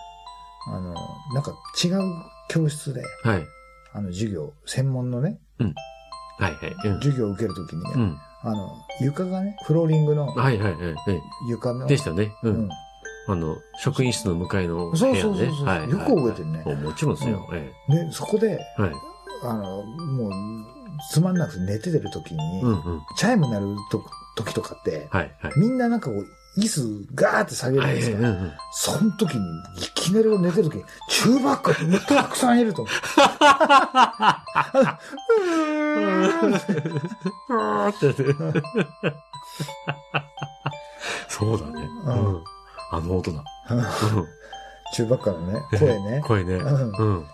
[SPEAKER 2] あの、なんか違う教室で、
[SPEAKER 3] はい。
[SPEAKER 2] あの、授業、専門のね、
[SPEAKER 3] はいはい。うん。
[SPEAKER 2] 授業を受けるときにね、
[SPEAKER 3] うん。
[SPEAKER 2] あの、床がね、フローリングの
[SPEAKER 3] はいはいはいえ
[SPEAKER 2] 床
[SPEAKER 3] え。
[SPEAKER 2] の。
[SPEAKER 3] でしたね。う
[SPEAKER 2] うんん。。
[SPEAKER 3] あの、職員室の向かいの部
[SPEAKER 2] そ
[SPEAKER 3] 屋
[SPEAKER 2] う
[SPEAKER 3] ね。
[SPEAKER 2] そうそうそう
[SPEAKER 3] はい
[SPEAKER 2] よく覚えてるね
[SPEAKER 3] はいもちろんですよ。え
[SPEAKER 2] で、そこで、
[SPEAKER 3] え。はい。
[SPEAKER 2] あの、もう、つまんなくて寝ててるときに、
[SPEAKER 3] うんうん。
[SPEAKER 2] チャイム鳴ると時とかって、
[SPEAKER 3] はいはい。
[SPEAKER 2] みんななんかこう、椅子ガーって下げるじゃ
[SPEAKER 3] は
[SPEAKER 2] ない
[SPEAKER 3] い
[SPEAKER 2] です
[SPEAKER 3] はい
[SPEAKER 2] か。
[SPEAKER 3] うんうん。
[SPEAKER 2] その時に、いきなり俺寝てる時に、チューバッカってたくさんいると思う。
[SPEAKER 3] そうだ
[SPEAKER 2] うん
[SPEAKER 3] ね。うん。あの音だ。
[SPEAKER 2] チューバッカのね、
[SPEAKER 3] うん
[SPEAKER 2] 声ね。
[SPEAKER 3] 声ね。
[SPEAKER 2] うん
[SPEAKER 3] うん。は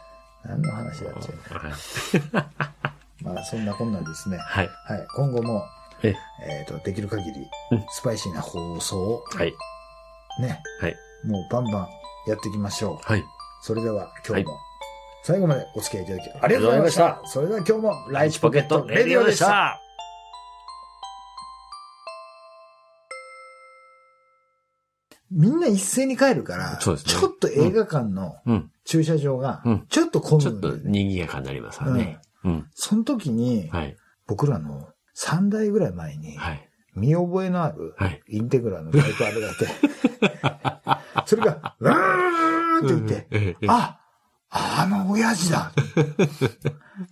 [SPEAKER 2] 何の話だっけ
[SPEAKER 3] い
[SPEAKER 2] まあそんなこんなんですね。は
[SPEAKER 3] はい。
[SPEAKER 2] い。今後も、
[SPEAKER 3] え
[SPEAKER 2] えっ、と、できる限り
[SPEAKER 3] うん、
[SPEAKER 2] スパイシーな放送を
[SPEAKER 3] はい。
[SPEAKER 2] ね、
[SPEAKER 3] はい。
[SPEAKER 2] もうバンバンやっていきましょう。
[SPEAKER 3] はい。
[SPEAKER 2] それでは今日も、
[SPEAKER 3] は
[SPEAKER 2] 最後までお付き合いいただきありがとうございました。
[SPEAKER 3] ありがと
[SPEAKER 2] それでは今日も、ライチポケットレディオでした。。みんな一斉に帰るから、
[SPEAKER 3] そうですね
[SPEAKER 2] ちょっと映画館の
[SPEAKER 3] うん。
[SPEAKER 2] 駐車場が
[SPEAKER 3] うん、
[SPEAKER 2] ちょっと混
[SPEAKER 3] ちょ
[SPEAKER 2] む
[SPEAKER 3] っ
[SPEAKER 2] んだよ
[SPEAKER 3] と
[SPEAKER 2] ね
[SPEAKER 3] 賑やかになりますわね。うん。
[SPEAKER 2] その時に、
[SPEAKER 3] はい。
[SPEAKER 2] 僕らの3台ぐらい前に、
[SPEAKER 3] はい。
[SPEAKER 2] 見覚えのある
[SPEAKER 3] はい。
[SPEAKER 2] インテグラのバイクあれがあって、 それが、うーんって言って、
[SPEAKER 3] ええええ
[SPEAKER 2] あ、あの親父だ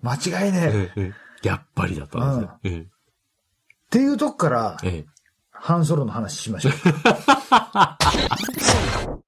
[SPEAKER 2] 間違いねえ。っ
[SPEAKER 3] やっぱりだったんですよ。
[SPEAKER 2] ていうとこから
[SPEAKER 3] ええ、ええ
[SPEAKER 2] ハンソロの話しましょう。